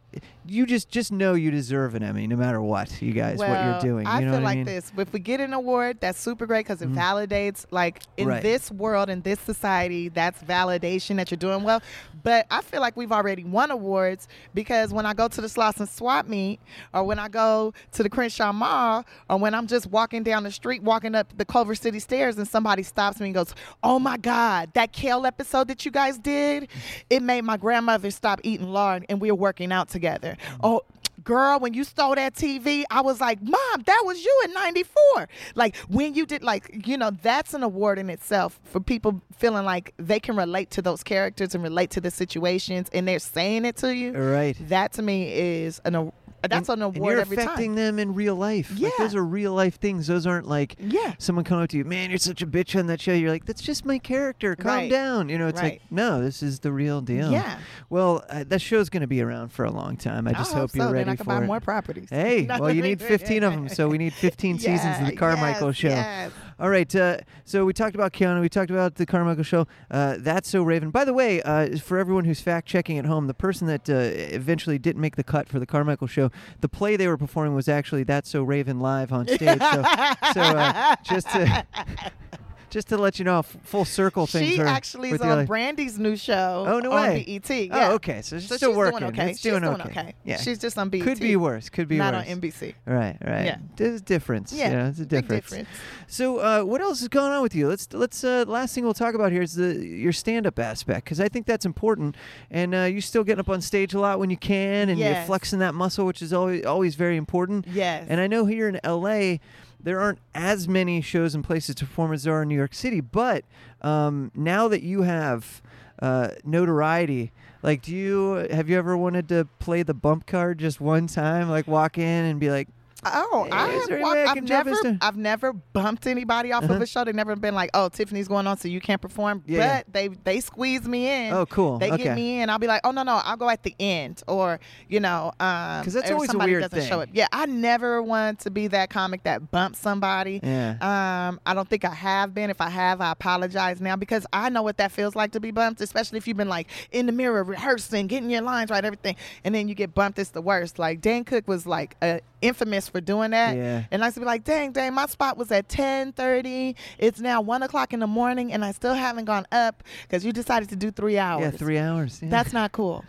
B: you just just know you deserve an Emmy no matter what, you guys, what
D: Well,
B: you're doing.
D: I
B: you know
D: feel
B: what
D: like
B: I mean? Mm.
D: this. If we get an award, that's super great because it validates, like in
B: Right.
D: this world, in this society, that's validation that you're doing well. But I feel like we've already won awards because when I go to the Sloss and Swap meet, or when I go to the Crenshaw Mall, or when I'm just walking down the street, walking up the Culver City stairs, and somebody stops me and goes, "Oh my God, that kale episode that you guys
B: Mm.
D: did, it made my grandmother stop eating lard, and we are working out together."
B: Mm.
D: Oh girl, when you stole that TV, I was like, Mom, that was you in 94. Like, when you did, like, you know, that's an award in itself for people feeling like they can relate to those characters and relate to the situations and they're saying it to you.
B: Right.
D: That to me is an award. That's an
B: and
D: award
B: you're
D: every
B: affecting
D: time.
B: them in real life. Like,
D: Yeah.
B: those are real life things. Those aren't like
D: Yeah.
B: someone coming up to you, man, you're such a bitch on that show. You're like, that's just my character. Calm
D: Right.
B: down. You know, it's
D: Right.
B: like, no, this is the real deal.
D: Yeah.
B: Well, uh, that show's going to be around for a long time. I just hope,
D: Oh, so.
B: you're
D: then
B: ready
D: I can
B: for
D: buy
B: it.
D: more properties.
B: Hey,
D: No,
B: well, you
D: I
B: need
D: mean-
B: 15 of them, so we need 15 seasons of the
D: Yeah,
B: Carmichael
D: yes,
B: Show.
D: yes.
B: All right, uh, so we talked about Keanu, we talked about the Carmichael Show. Uh, that's so Raven. By the way, uh, for everyone who's fact checking at home, the person that uh, eventually didn't make the cut for the Carmichael Show, the play they were performing was actually That's So Raven live on stage. so, so uh, just to. Just to let you know, how f- full circle things
D: She
B: are.
D: actually is
B: with the
D: on
B: other-
D: Brandy's new show.
B: Oh, no
D: on
B: way.
D: BET.
B: Oh,
D: yeah.
B: okay. So she's still working.
D: Doing okay.
B: It's
D: she's
B: doing
D: doing
B: okay.
D: okay.
B: Yeah.
D: She's just on BET.
B: Could be worse. Could be
D: Not
B: worse.
D: on NBC.
B: Right, right.
D: Yeah.
B: There's a difference.
D: Yeah,
B: Yeah, there's a
D: big
B: difference.
D: difference.
B: So, uh, what else is going on with you? Let's let's uh, last thing we'll talk about here is the your stand up aspect because I think that's important. And uh, you're still getting up on stage a lot when you can, and you're
D: Yes.
B: flexing that muscle, which is always always very important.
D: Yes.
B: And I know here in L.A. There aren't as many shows and places to perform as there are in New York City, but um, now that you have uh, notoriety, like, do you have you ever wanted to play the bump card just one time, like walk in and be like,
D: Oh,
B: Hey,
D: I
B: is
D: have
B: there any
D: walked,
B: way I
D: I've
B: can jump
D: never,
B: into-
D: I've never bumped anybody off of a show. They've never been like, "Oh, Tiffany's going on, so you can't perform."
B: Yeah, yeah.
D: But they they squeeze me in.
B: Oh, cool.
D: They
B: Okay.
D: get me in. I'll be like, "Oh no, no, I'll go at the end," or you know, because
B: that's always a
D: somebody
B: weird
D: doesn't show
B: thing.
D: up. Yeah, I never want to be that comic that bumps somebody.
B: yeah.
D: Um, I don't think I have been. If I have, I apologize now because I know what that feels like to be bumped, especially if you've been like in the mirror rehearsing, getting your lines right, everything, and then you get bumped. It's the worst. Like Dan Cook was like uh, infamous for doing that,
B: Yeah.
D: and I used to be like, "Dang, dang, my spot was at ten thirty. It's now one o'clock in the morning, and I still haven't gone up because you decided to do three hours.
B: Yeah, three hours. Yeah.
D: That's not cool.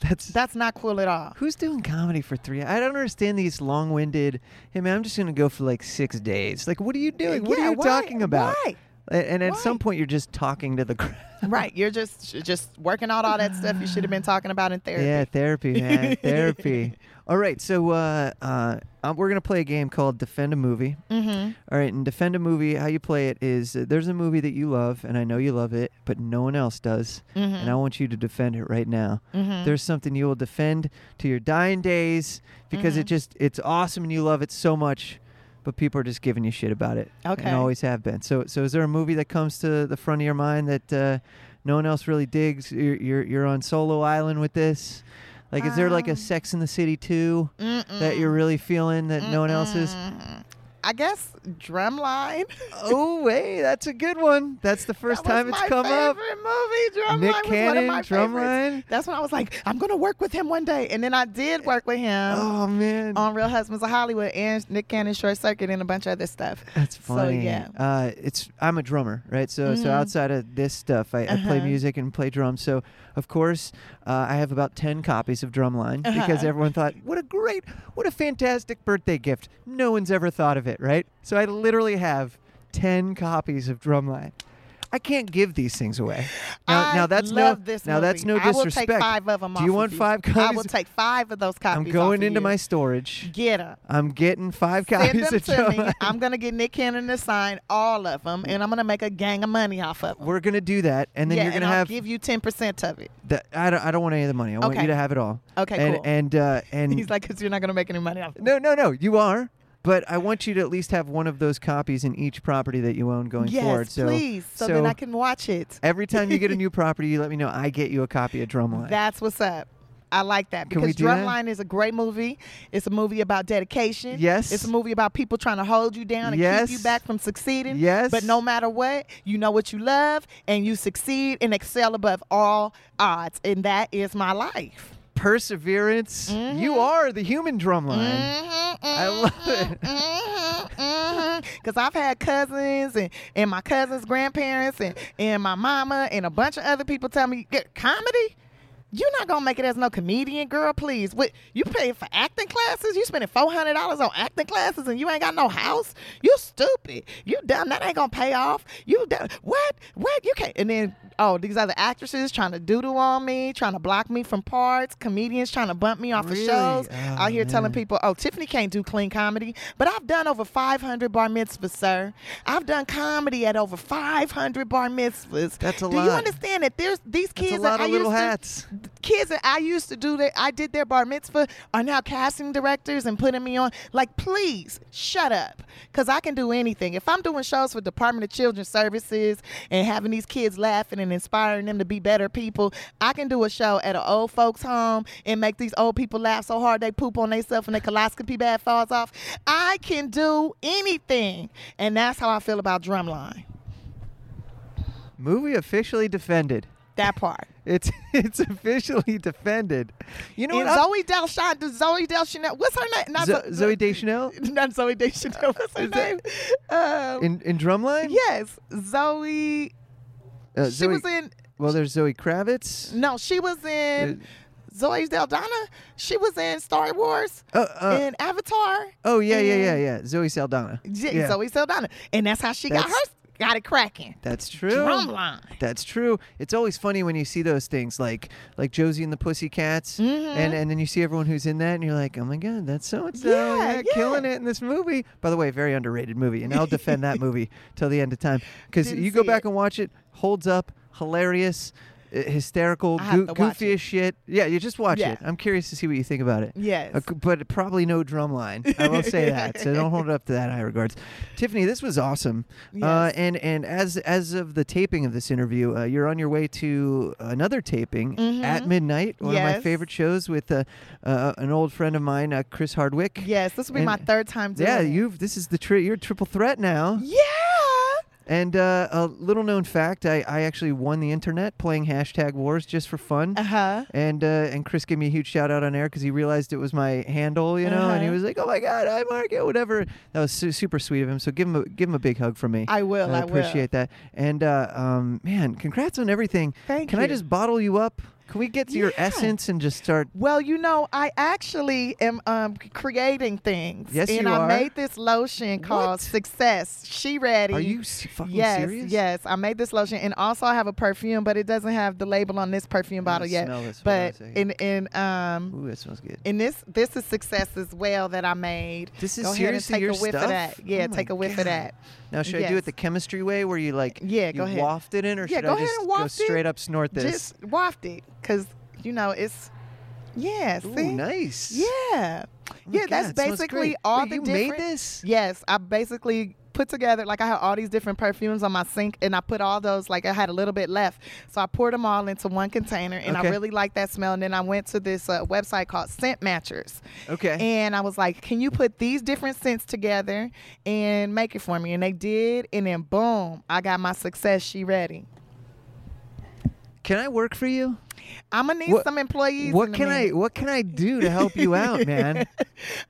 B: that's
D: That's not cool at all.
B: who's doing comedy for three. I don't understand these long-winded. Hey man, I'm just gonna go for like six days. Like, what are you doing? What
D: Yeah,
B: are you
D: why?
B: talking about?
D: Why?
B: A- And at
D: Why?
B: some point, you're just talking to the crowd.
D: Right, you're just you're just working out all that stuff you should have been talking about in therapy.
B: Yeah, therapy, man, therapy. All right, so uh, uh, um, we're gonna play a game called Defend a Movie. Mm-hmm. right, and Defend a Movie. How you play it is uh, there's a movie that you love, and I know you love it, but no one else does, and I want you to defend it right now. There's something you will defend to your dying days because it just it's awesome and you love it so much. But people are just giving you shit about it,
D: Okay.
B: and always have been. So, so is there a movie that comes to the front of your mind that uh, no one else really digs? You're, you're you're on solo island with this. Like, is there like a Sex in the City two that you're really feeling that no one else is?
D: Mm-hmm. I guess Drumline.
B: Oh, hey, that's a good one. That's the first
D: That
B: time
D: was
B: it's
D: my
B: come up.
D: favorite movie. Drumline
B: Nick
D: was one
B: Cannon,
D: of my
B: Drumline. Eh,
D: favorites. That's when I was like, I'm gonna work with him one day, and then I did work with him
B: Oh man,
D: on Real Husbands of Hollywood and Nick Cannon Short Circuit and a bunch of other stuff.
B: that's funny.
D: So yeah, Mm-hmm.
B: uh, it's I'm
D: Uh-huh.
B: a drummer, right? So so outside of this stuff, I, I play music and play drums. So of course, Uh, I have about ten copies of Drumline
D: Uh-huh.
B: because everyone thought, "What a great, what a fantastic birthday gift!" No one's ever thought of it, right? So I literally have ten copies of Drumline. I can't give these things away. Now,
D: I
B: now that's
D: love
B: no,
D: this
B: now that's no
D: movie.
B: disrespect.
D: I will take five of them.
B: Do you
D: off
B: want
D: of
B: five copies?
D: I will take five of those
B: I'm
D: copies. off
B: going
D: of
B: into
D: you.
B: my storage.
D: Get 'em.
B: I'm getting five
D: Send
B: copies
D: them
B: of
D: to me.
B: Drumline.
D: I'm gonna get Nick Cannon to sign all of them, and I'm gonna make a gang of money off of them.
B: We're gonna do that, and then
D: yeah,
B: you're
D: and
B: gonna
D: I'll
B: have
D: give you ten percent of it.
B: That I don't. I don't want any of the money. I want you
D: Okay.
B: to have it all.
D: Okay,
B: And
D: cool.
B: and uh, and
D: He's like, because you're not gonna make any money off. Of it.
B: no, no, no. You are, but I want you to at least have one of those copies in each property that you own going
D: Yes,
B: forward. So
D: please, so, then I can watch it.
B: Every time you get a new property, you let me know. I get you a copy of Drumline.
D: That's what's up. I like that
B: Can
D: because
B: we do that?
D: Drumline is a great movie. It's a movie about dedication.
B: Yes.
D: It's a movie about people trying to hold you down and
B: Yes.
D: keep you back from succeeding.
B: Yes.
D: But no matter what, you know what you love and you succeed and excel above all odds. And that is my life.
B: Perseverance.
D: Mm-hmm.
B: You are the human Drumline. I love it.
D: Because Mm-hmm, I've had cousins and, and my cousin's grandparents and, and my mama and a bunch of other people tell me, "Yeah, comedy? You're not going to make it as no comedian, girl, please. What, you paying for acting classes? You spending $400 on acting classes and you ain't got no house? You stupid. You dumb. That ain't going to pay off. You dumb. What? What? You can't. And then, oh, these other actresses trying to doodle on me, trying to block me from parts, comedians trying to bump me off
B: Really?
D: of shows.
B: Oh,
D: out here telling people, oh, Tiffany can't do clean comedy. But I've done over 500 bar mitzvahs, sir. I've done comedy at over 500 bar mitzvahs.
B: That's a
D: do you
B: lot.
D: understand that there's these
B: It's
D: kids
B: a lot
D: that
B: of
D: I
B: little
D: used to-
B: hats.
D: kids that I used to do that I did their bar mitzvah are now casting directors and putting me on. Like, please shut up, cause I can do anything. If I'm doing shows for Department of Children's Services and having these kids laughing and inspiring them to be better people, I can do a show at an old folks' home and make these old people laugh so hard they poop on themselves and their colonoscopy bag falls off. I can do anything, and that's how I feel about Drumline.
B: Movie officially defended.
D: That part.
B: It's it's officially defended. You know
D: And
B: what? I'm-
D: Zoe Del Chanel, Zoe Del Chanel, what's her name? Not
B: Zo- Zoe Deschanel
D: not Zoe Deschanel. What's her
B: Is that-
D: name? Um,
B: in in Drumline.
D: yes, Zoe.
B: Uh,
D: she
B: Zoe,
D: was in.
B: Well, there's Zoe Kravitz.
D: No, she was
B: Uh,
D: in. Zoe Saldana. She was in Star Wars.
B: Uh, uh,
D: in Avatar.
B: Oh yeah, yeah, yeah,
D: and-
B: yeah. Zoe Saldana.
D: J-
B: Yeah.
D: Zoe Saldana, and that's how she got
B: That's-
D: her. Got it cracking.
B: That's true.
D: Drumline.
B: That's true. It's always funny when you see those things like like Josie and the Pussycats,
D: Mm-hmm.
B: and and then you see everyone who's in that, and you're like, oh my god, that's so and so,
D: Yeah, yeah.
B: killing it in this movie. By the way, very underrated movie, and I'll defend that movie till the end of time because
D: Didn't
B: you go
D: see
B: back
D: it.
B: and watch it, holds up, hilarious. uh, Hysterical,
D: I have
B: goo-
D: to watch
B: goofy
D: it.
B: as shit. Yeah, you just watch
D: Yeah.
B: it. I'm curious to see what you think about it.
D: Yes.
B: Uh, c- but probably no drumline. I will say that. So don't hold it up to that high regards. Tiffany, this was awesome. Uh,
D: Yes.
B: and and as as of the taping of this interview, uh, you're on your way to another taping at midnight. One of my
D: Mm-hmm. Yes.
B: favorite shows with uh, uh, an old friend of mine, uh, Chris Hardwick.
D: Yes, this will
B: And-
D: be my third time doing
B: Yeah,
D: it.
B: you've this is the tri- you're a triple threat now.
D: Yeah.
B: And uh, a little known fact, I, I actually won the internet playing hashtag wars just for fun.
D: Uh-huh.
B: And uh, and Chris gave me a huge shout out on air because he realized it was my handle, you know, and he
D: Uh-huh.
B: was like, "Oh my God, hi Market, whatever." That was su- super sweet of him. So give him a, give him a big hug from me.
D: I will,
B: I,
D: I will.
B: appreciate that. And uh, um, man, congrats on everything.
D: Thank
B: Can I
D: you.
B: just bottle you up? Can we get to your
D: Yeah.
B: essence and just start?
D: Well, you know, I actually am um, creating things.
B: Yes,
D: and
B: you
D: I
B: are.
D: made this lotion called
B: What?
D: Success. She ready.
B: Are you s- fucking
D: yes,
B: serious?
D: Yes, I made this lotion, and also I have a perfume, but it doesn't have the label on this perfume
B: gonna
D: bottle yet.
B: smell this. Hold on a
D: but in
B: second.
D: in um
B: Ooh, that smells good.
D: and this this is success as well that I made.
B: This is
D: Go ahead
B: seriously
D: and take
B: your
D: a whiff
B: stuff?
D: of that. Yeah,
B: Oh my
D: take a whiff
B: God.
D: of that.
B: Now, should I do it
D: Yes.
B: the chemistry way, where you like
D: Yeah,
B: you
D: go ahead.
B: waft it in, or
D: Yeah,
B: should
D: go
B: I
D: ahead
B: just
D: and
B: go
D: waft it.
B: straight up snort this?
D: Just waft it, cause you know it's yeah.
B: Ooh,
D: see?
B: nice.
D: Yeah.
B: Oh my
D: yeah, that's
B: God, smells great.
D: basically all
B: Wait,
D: the
B: you made
D: different.
B: this?
D: Yes, I basically put together like I had all these different perfumes on my sink, and I put all those like I had a little bit left, so I poured them all into one container, and
B: Okay.
D: I really liked that smell. And then I went to this uh, website called Scent Matchers.
B: Okay.
D: And I was like, "Can you put these different scents together and make it for me?" And they did, and then boom, I got my success. She ready.
B: Can I work for you?
D: I'm gonna need
B: What-
D: some employees.
B: What
D: in a
B: can I
D: minute.
B: what can I do to help you out, man?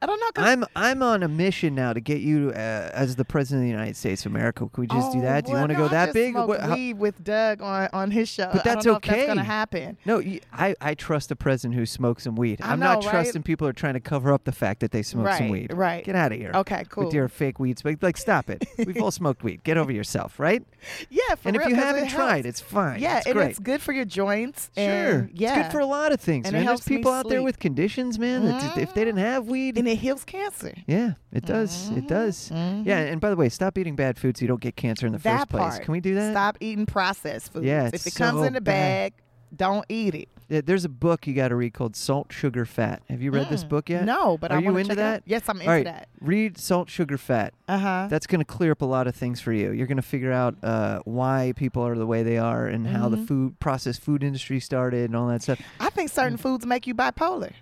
D: I don't know. 'cause-
B: I'm I'm on a mission now to get you uh, as the president of the United States of America. Can we just do
D: Oh,
B: that? Do you
D: well,
B: want to
D: no,
B: go
D: I
B: that
D: just
B: big?
D: smoked
B: What- how-
D: weed with Doug on, on his show.
B: But
D: I
B: that's
D: don't know
B: okay.
D: If that's gonna happen.
B: No, you, I I trust a president who smokes some weed.
D: I
B: I'm
D: know,
B: not
D: right?
B: trusting people who are trying to cover up the fact that they smoke some
D: Right,
B: weed.
D: right.
B: Get out of here.
D: Okay, cool.
B: With your fake weed smoke. Like, stop it. We've all smoked weed. Get over yourself, right?
D: Yeah, for
B: and
D: real,
B: if you
D: 'cause
B: haven't
D: it
B: tried, it's
D: helps.
B: fine.
D: yeah,
B: it's
D: and
B: great.
D: it's good for your joints.
B: Sure.
D: and, yeah,
B: It's good for a lot of things,
D: And it
B: man. There's
D: helps me
B: people out there
D: sleep. Mm-hmm.
B: with conditions, man. that d- If they didn't have weed,
D: and it Mm-hmm. heals cancer.
B: yeah, it does. It does. Yeah, and by the way, stop eating bad food so you don't get cancer in the
D: that
B: first place.
D: part.
B: Can we do that?
D: Stop eating processed foods.
B: Yeah, it's
D: if it comes
B: so
D: in a
B: bad.
D: bag, don't eat it.
B: Yeah, There's a book you got to read called Salt, Sugar, Fat. Have you read this book yet?
D: Mm. No, but
B: Are
D: I
B: you
D: wanna
B: into
D: check it out.
B: that?
D: Yes, I'm
B: All
D: into
B: right,
D: that.
B: Read Salt, Sugar, Fat.
D: Uh huh.
B: That's going to clear up a lot of things for you. You're going to figure out uh, why people are the way they are and how
D: Mm-hmm.
B: the food processed food industry started and all that stuff.
D: I think certain
B: Mm.
D: foods make you bipolar.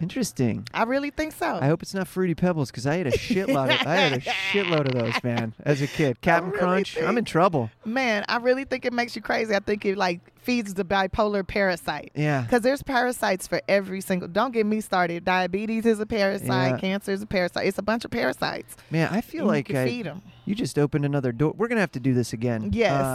B: Interesting.
D: I really think so.
B: I hope it's not fruity pebbles because I had a shitload. Of, I had a shitload of those, man, as a kid. Captain
D: really
B: Crunch. I'm in trouble.
D: Man, I really think it makes you crazy. I think it like feeds the bipolar parasite.
B: Yeah.
D: Because there's parasites for every single. Don't get me started. Diabetes is a parasite.
B: Yeah.
D: Cancer is a parasite. It's a bunch of parasites.
B: Man, I feel
D: And you
B: like
D: can
B: I,
D: feed 'em.
B: you just opened another door. We're gonna have to do this again.
D: Yes.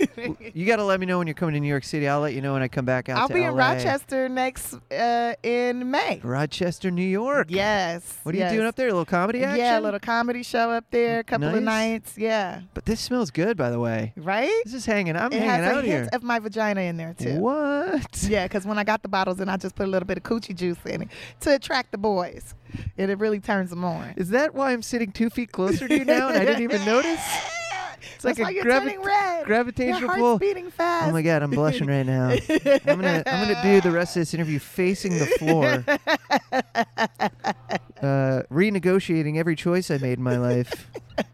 B: Uh, w- you got to let me know when you're coming to New York City. I'll let you know when I come back out.
D: I'll
B: to
D: be in
B: LA.
D: Rochester next uh, in May.
B: Rochester, New York.
D: Yes.
B: What are you doing up there? A little comedy action?
D: Yeah, a little comedy show up there. A couple
B: Nice.
D: of nights. Yeah.
B: But this smells good, by the way.
D: Right.
B: This is hanging. I'm
D: it
B: hanging
D: has a
B: out here.
D: hint of my vagina in there too.
B: What?
D: Yeah, because when I got the bottles in, I just put a little bit of coochie juice in it to attract the boys, and it really turns them on.
B: Is that why I'm sitting two feet closer to you now and I didn't even notice?
D: It's
B: like
D: like
B: a
D: you're
B: gravi-
D: turning red.
B: gravitational
D: Your heart's
B: pull.
D: beating fast.
B: Oh my god, I'm blushing right now. I'm gonna I'm gonna do the rest of this interview facing the floor, uh, renegotiating every choice I made in my life,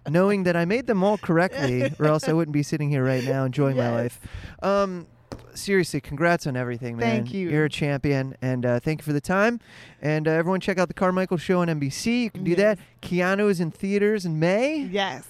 B: knowing that I made them all correctly, or else I wouldn't be sitting here right now enjoying my life. Um, seriously, congrats on everything, man.
D: Thank you.
B: You're a champion, and uh, thank you for the time. And uh, everyone, check out the Carmichael Show on NBC. You can do that. Keanu is in theaters in May.
D: Yes.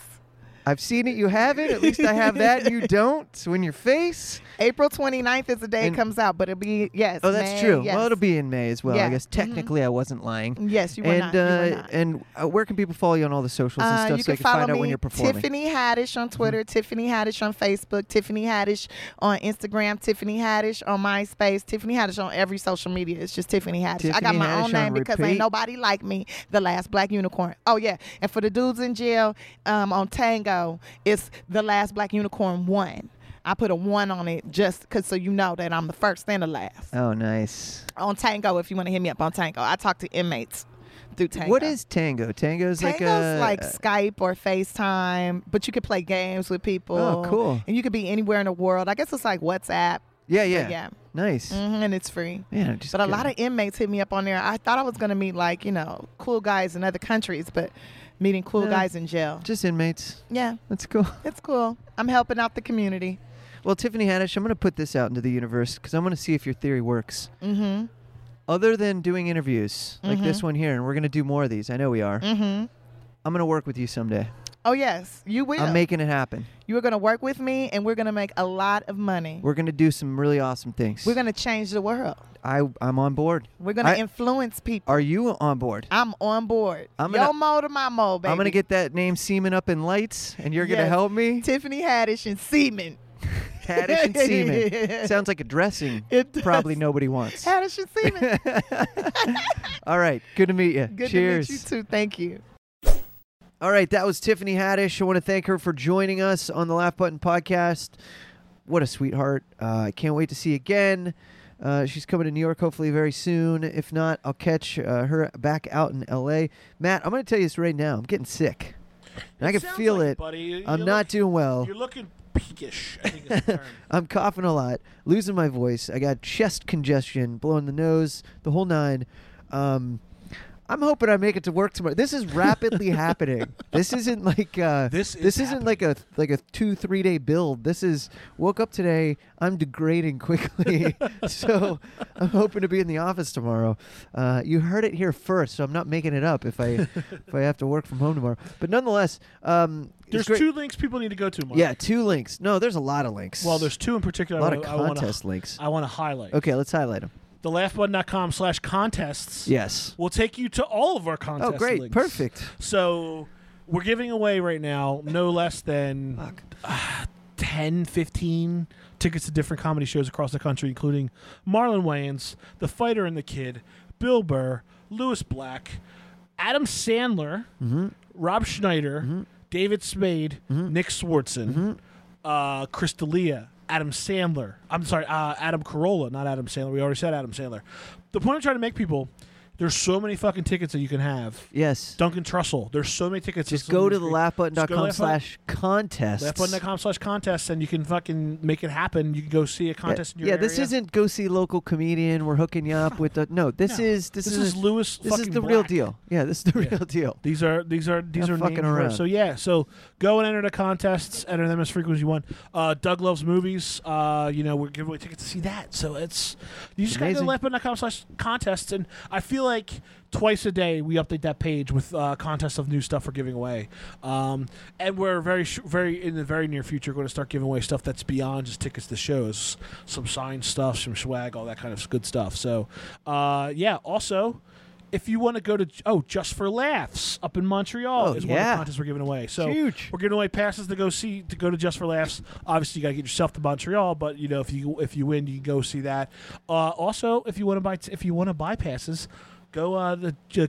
B: I've seen it. You have it. At least I have that. and You don't. So in your face.
D: April 29th is the day
B: And-
D: it comes out, but it'll be yes.
B: Oh, that's
D: May,
B: true.
D: Yes.
B: Well, it'll be in May as well. I
D: Yeah.
B: guess technically I wasn't lying.
D: Yes, you were
B: and,
D: not.
B: Uh,
D: You were not.
B: And uh, where can people follow you on all the socials and
D: Uh,
B: stuff
D: you
B: so
D: can
B: they can
D: follow
B: find out
D: me,
B: when you're performing? Mm-hmm.
D: Tiffany Haddish on Twitter, Tiffany Haddish on Facebook, Tiffany Haddish on Instagram, Tiffany Haddish on MySpace, Tiffany Haddish on every social media. It's just Tiffany Haddish. I got
B: Tiffany
D: my
B: Haddish
D: own
B: on
D: name because
B: repeat.
D: ain't nobody like me. The last black unicorn. Oh yeah. And for the dudes in jail, um, on Tango, it's the last black unicorn one. I put a one on it just because so you know that I'm the first and the last.
B: Oh, nice.
D: On Tango, if you want to hit me up on Tango, I talk to inmates through Tango.
B: What is tango? Tango's like a uh,
D: Tango's like, Skype or FaceTime, but you could play games with people.
B: Oh, cool.
D: And you could be anywhere in the world. I guess it's like WhatsApp,
B: yeah, yeah,
D: yeah.
B: Nice.
D: hmm and it's free.
B: Man, I just
D: But a lot
B: gotta-
D: of inmates hit me up on there. I thought I was going to meet like, you know, cool guys in other countries, but meeting cool
B: No.
D: guys in jail.
B: just inmates.
D: Yeah,
B: That's cool.
D: it's cool. I'm helping out the community.
B: Well, Tiffany Haddish, I'm going to put this out into the universe because I'm going to see if your theory works.
D: Mm-hmm.
B: Other than doing interviews like this one here, and we're going to do more of these. I know we are.
D: Mm-hmm.
B: I'm going to work with you someday.
D: Oh, yes, you will.
B: I'm making it happen.
D: you are going to work with me, and we're going to make a lot of money.
B: We're going to do some really awesome things.
D: We're going to change the world.
B: I I'm on board.
D: We're going to
B: I-
D: influence people.
B: Are you on board?
D: I'm on board.
B: I'm
D: I'm
B: gonna-
D: Yo mo to my mo, baby.
B: I'm gonna get that name Seaman up in lights, and you're gonna
D: Yes.
B: help me.
D: Tiffany Haddish and Seaman.
B: Haddish and Seaman sounds like a dressing.
D: It does.
B: Probably nobody wants.
D: Haddish and Seaman.
B: All right, good to meet you.
D: Good
B: Cheers.
D: to meet you too. Thank you.
B: All right, that was Tiffany Haddish. I want to thank her for joining us on the Laugh Button podcast. What a sweetheart! Uh, I can't wait to see you again. Uh, she's coming to New York hopefully very soon. If not, I'll catch uh, her back out in L.A. Matt, I'm gonna tell you this right now. I'm getting sick. And I can
C: sounds
B: feel
C: like
B: it.
C: it, buddy. You-
B: I'm
C: you
B: not Uh,
C: look-
B: doing well.
C: You're looking peakish. I think is the term.
B: I'm coughing a lot, losing my voice. I got chest congestion, blowing the nose, the whole nine. Um, I'm hoping I make it to work tomorrow. This is rapidly happening. This isn't like uh,
C: This is
B: this isn't like a like a two three day build. This is woke up today. I'm degrading quickly, so I'm hoping to be in the office tomorrow. Uh, you heard it here first, so I'm not making it up if I if I have to work from home tomorrow. But nonetheless, um,
C: There's
B: great.
C: two links people need to go to. Mark.
B: Yeah, two links. No, there's a lot of links.
C: Well, there's two in particular.
B: a lot
C: I,
B: of
C: wanna- I
B: contest
C: wanna,
B: links.
C: I want to highlight.
B: Okay, let's highlight them.
C: The laughbutton.com slash contests
B: Yes.
C: will take you to all of our contest
B: Oh, great.
C: links.
B: Perfect.
C: So we're giving away right now no less than uh, 10, 15 tickets to different comedy shows across the country, including Marlon Wayans, The Fighter and the Kid, Bill Burr, Lewis Black, Adam Sandler,
B: Mm-hmm,
C: Rob Schneider, David Spade, Nick Swartzen,
B: Mm-hmm.
C: uh, Chris D'Elia, Adam Sandler. I'm sorry, uh, Adam Carolla, not Adam Sandler. We already said Adam Sandler. The point I'm trying to make, people, there's so many fucking tickets that you can have.
B: Yes.
C: Duncan Trussell. There's so many tickets.
B: Just
C: It's
B: go
C: on
B: to the
C: screen. Just go to
B: laughbutton.com
C: laugh-
B: slash contest.
C: laughbutton.com slash contest, and you can fucking make it happen. You can go see a contest in your
B: yeah, this
C: area.
B: isn't go see local comedian. We're hooking you up with the no. This
C: No.
B: is this,
C: This
B: is,
C: is Louis
B: This is
C: fucking
B: the real
C: Black.
B: deal. Yeah, this is the
C: Yeah.
B: real deal.
C: These are these are these
B: Not
C: are
B: fucking
C: named for-
B: around.
C: So yeah, so go and enter the contests. Enter them as frequently as you want. Uh, Doug loves movies. Uh, you know we're giving away tickets to see that. So it's you just gotta go
B: Amazing.
C: to laughbutton.com slash contests, and I feel like twice a day we update that page with uh, contests of new stuff we're giving away. Um, and we're very sh- very in the very near future going to start giving away stuff that's beyond just tickets to shows, some signed stuff, some swag, all that kind of good stuff. So uh, yeah, also if you want to go to oh just for laughs up in montreal
B: Oh,
C: is one of
B: yeah.
C: the contests we're giving away so
B: Huge.
C: we're giving away passes to go see to go to just for laughs obviously you got to get yourself to montreal but you know if you if you win you can go see that uh, also if you want to buy if you want to buy passes go uh, the uh,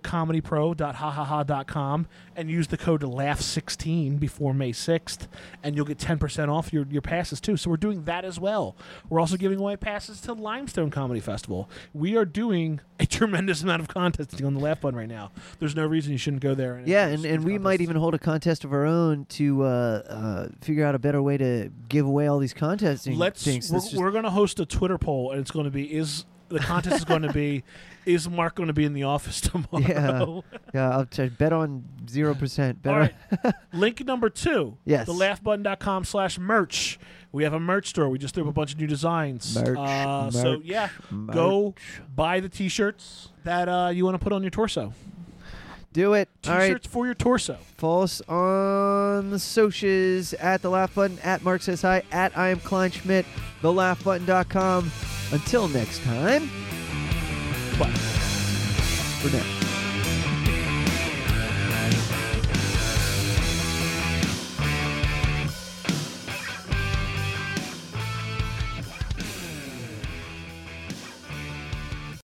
C: comedypro.hahaha.com and use the code laugh16 before may 6th and you'll get 10% off your, your passes too so we're doing that as well we're also giving away passes to limestone comedy festival we are doing a tremendous amount of contesting on the laugh button right now there's no reason you shouldn't go there and
B: Yeah, and, and we might even hold a contest of our own to uh, uh, figure out a better way to give away all these contests. and
C: let's
B: things.
C: we're,
B: Let's just-
C: we're going to host a twitter poll and it's going to be is the contest is going to be is mark going to be in the office tomorrow
B: yeah, yeah. I'll t- bet on zero percent. Bet
C: All
B: on-
C: right. Link number two.
B: Yes.
C: The laughbutton.com slash merch. We have a merch store. We just threw up a bunch of new designs.
B: Merch,
C: Uh, so
B: merch,
C: yeah. Go
B: merch.
C: buy the t shirts that uh, you want to put on your torso.
B: do it.
C: T
B: All
C: shirts
B: right,
C: for your torso.
B: follow us on the socials at the Laugh Button at Mark says hi at I am Klein Schmidt, thelaughbutton.com. Until next time,
C: But
B: for now.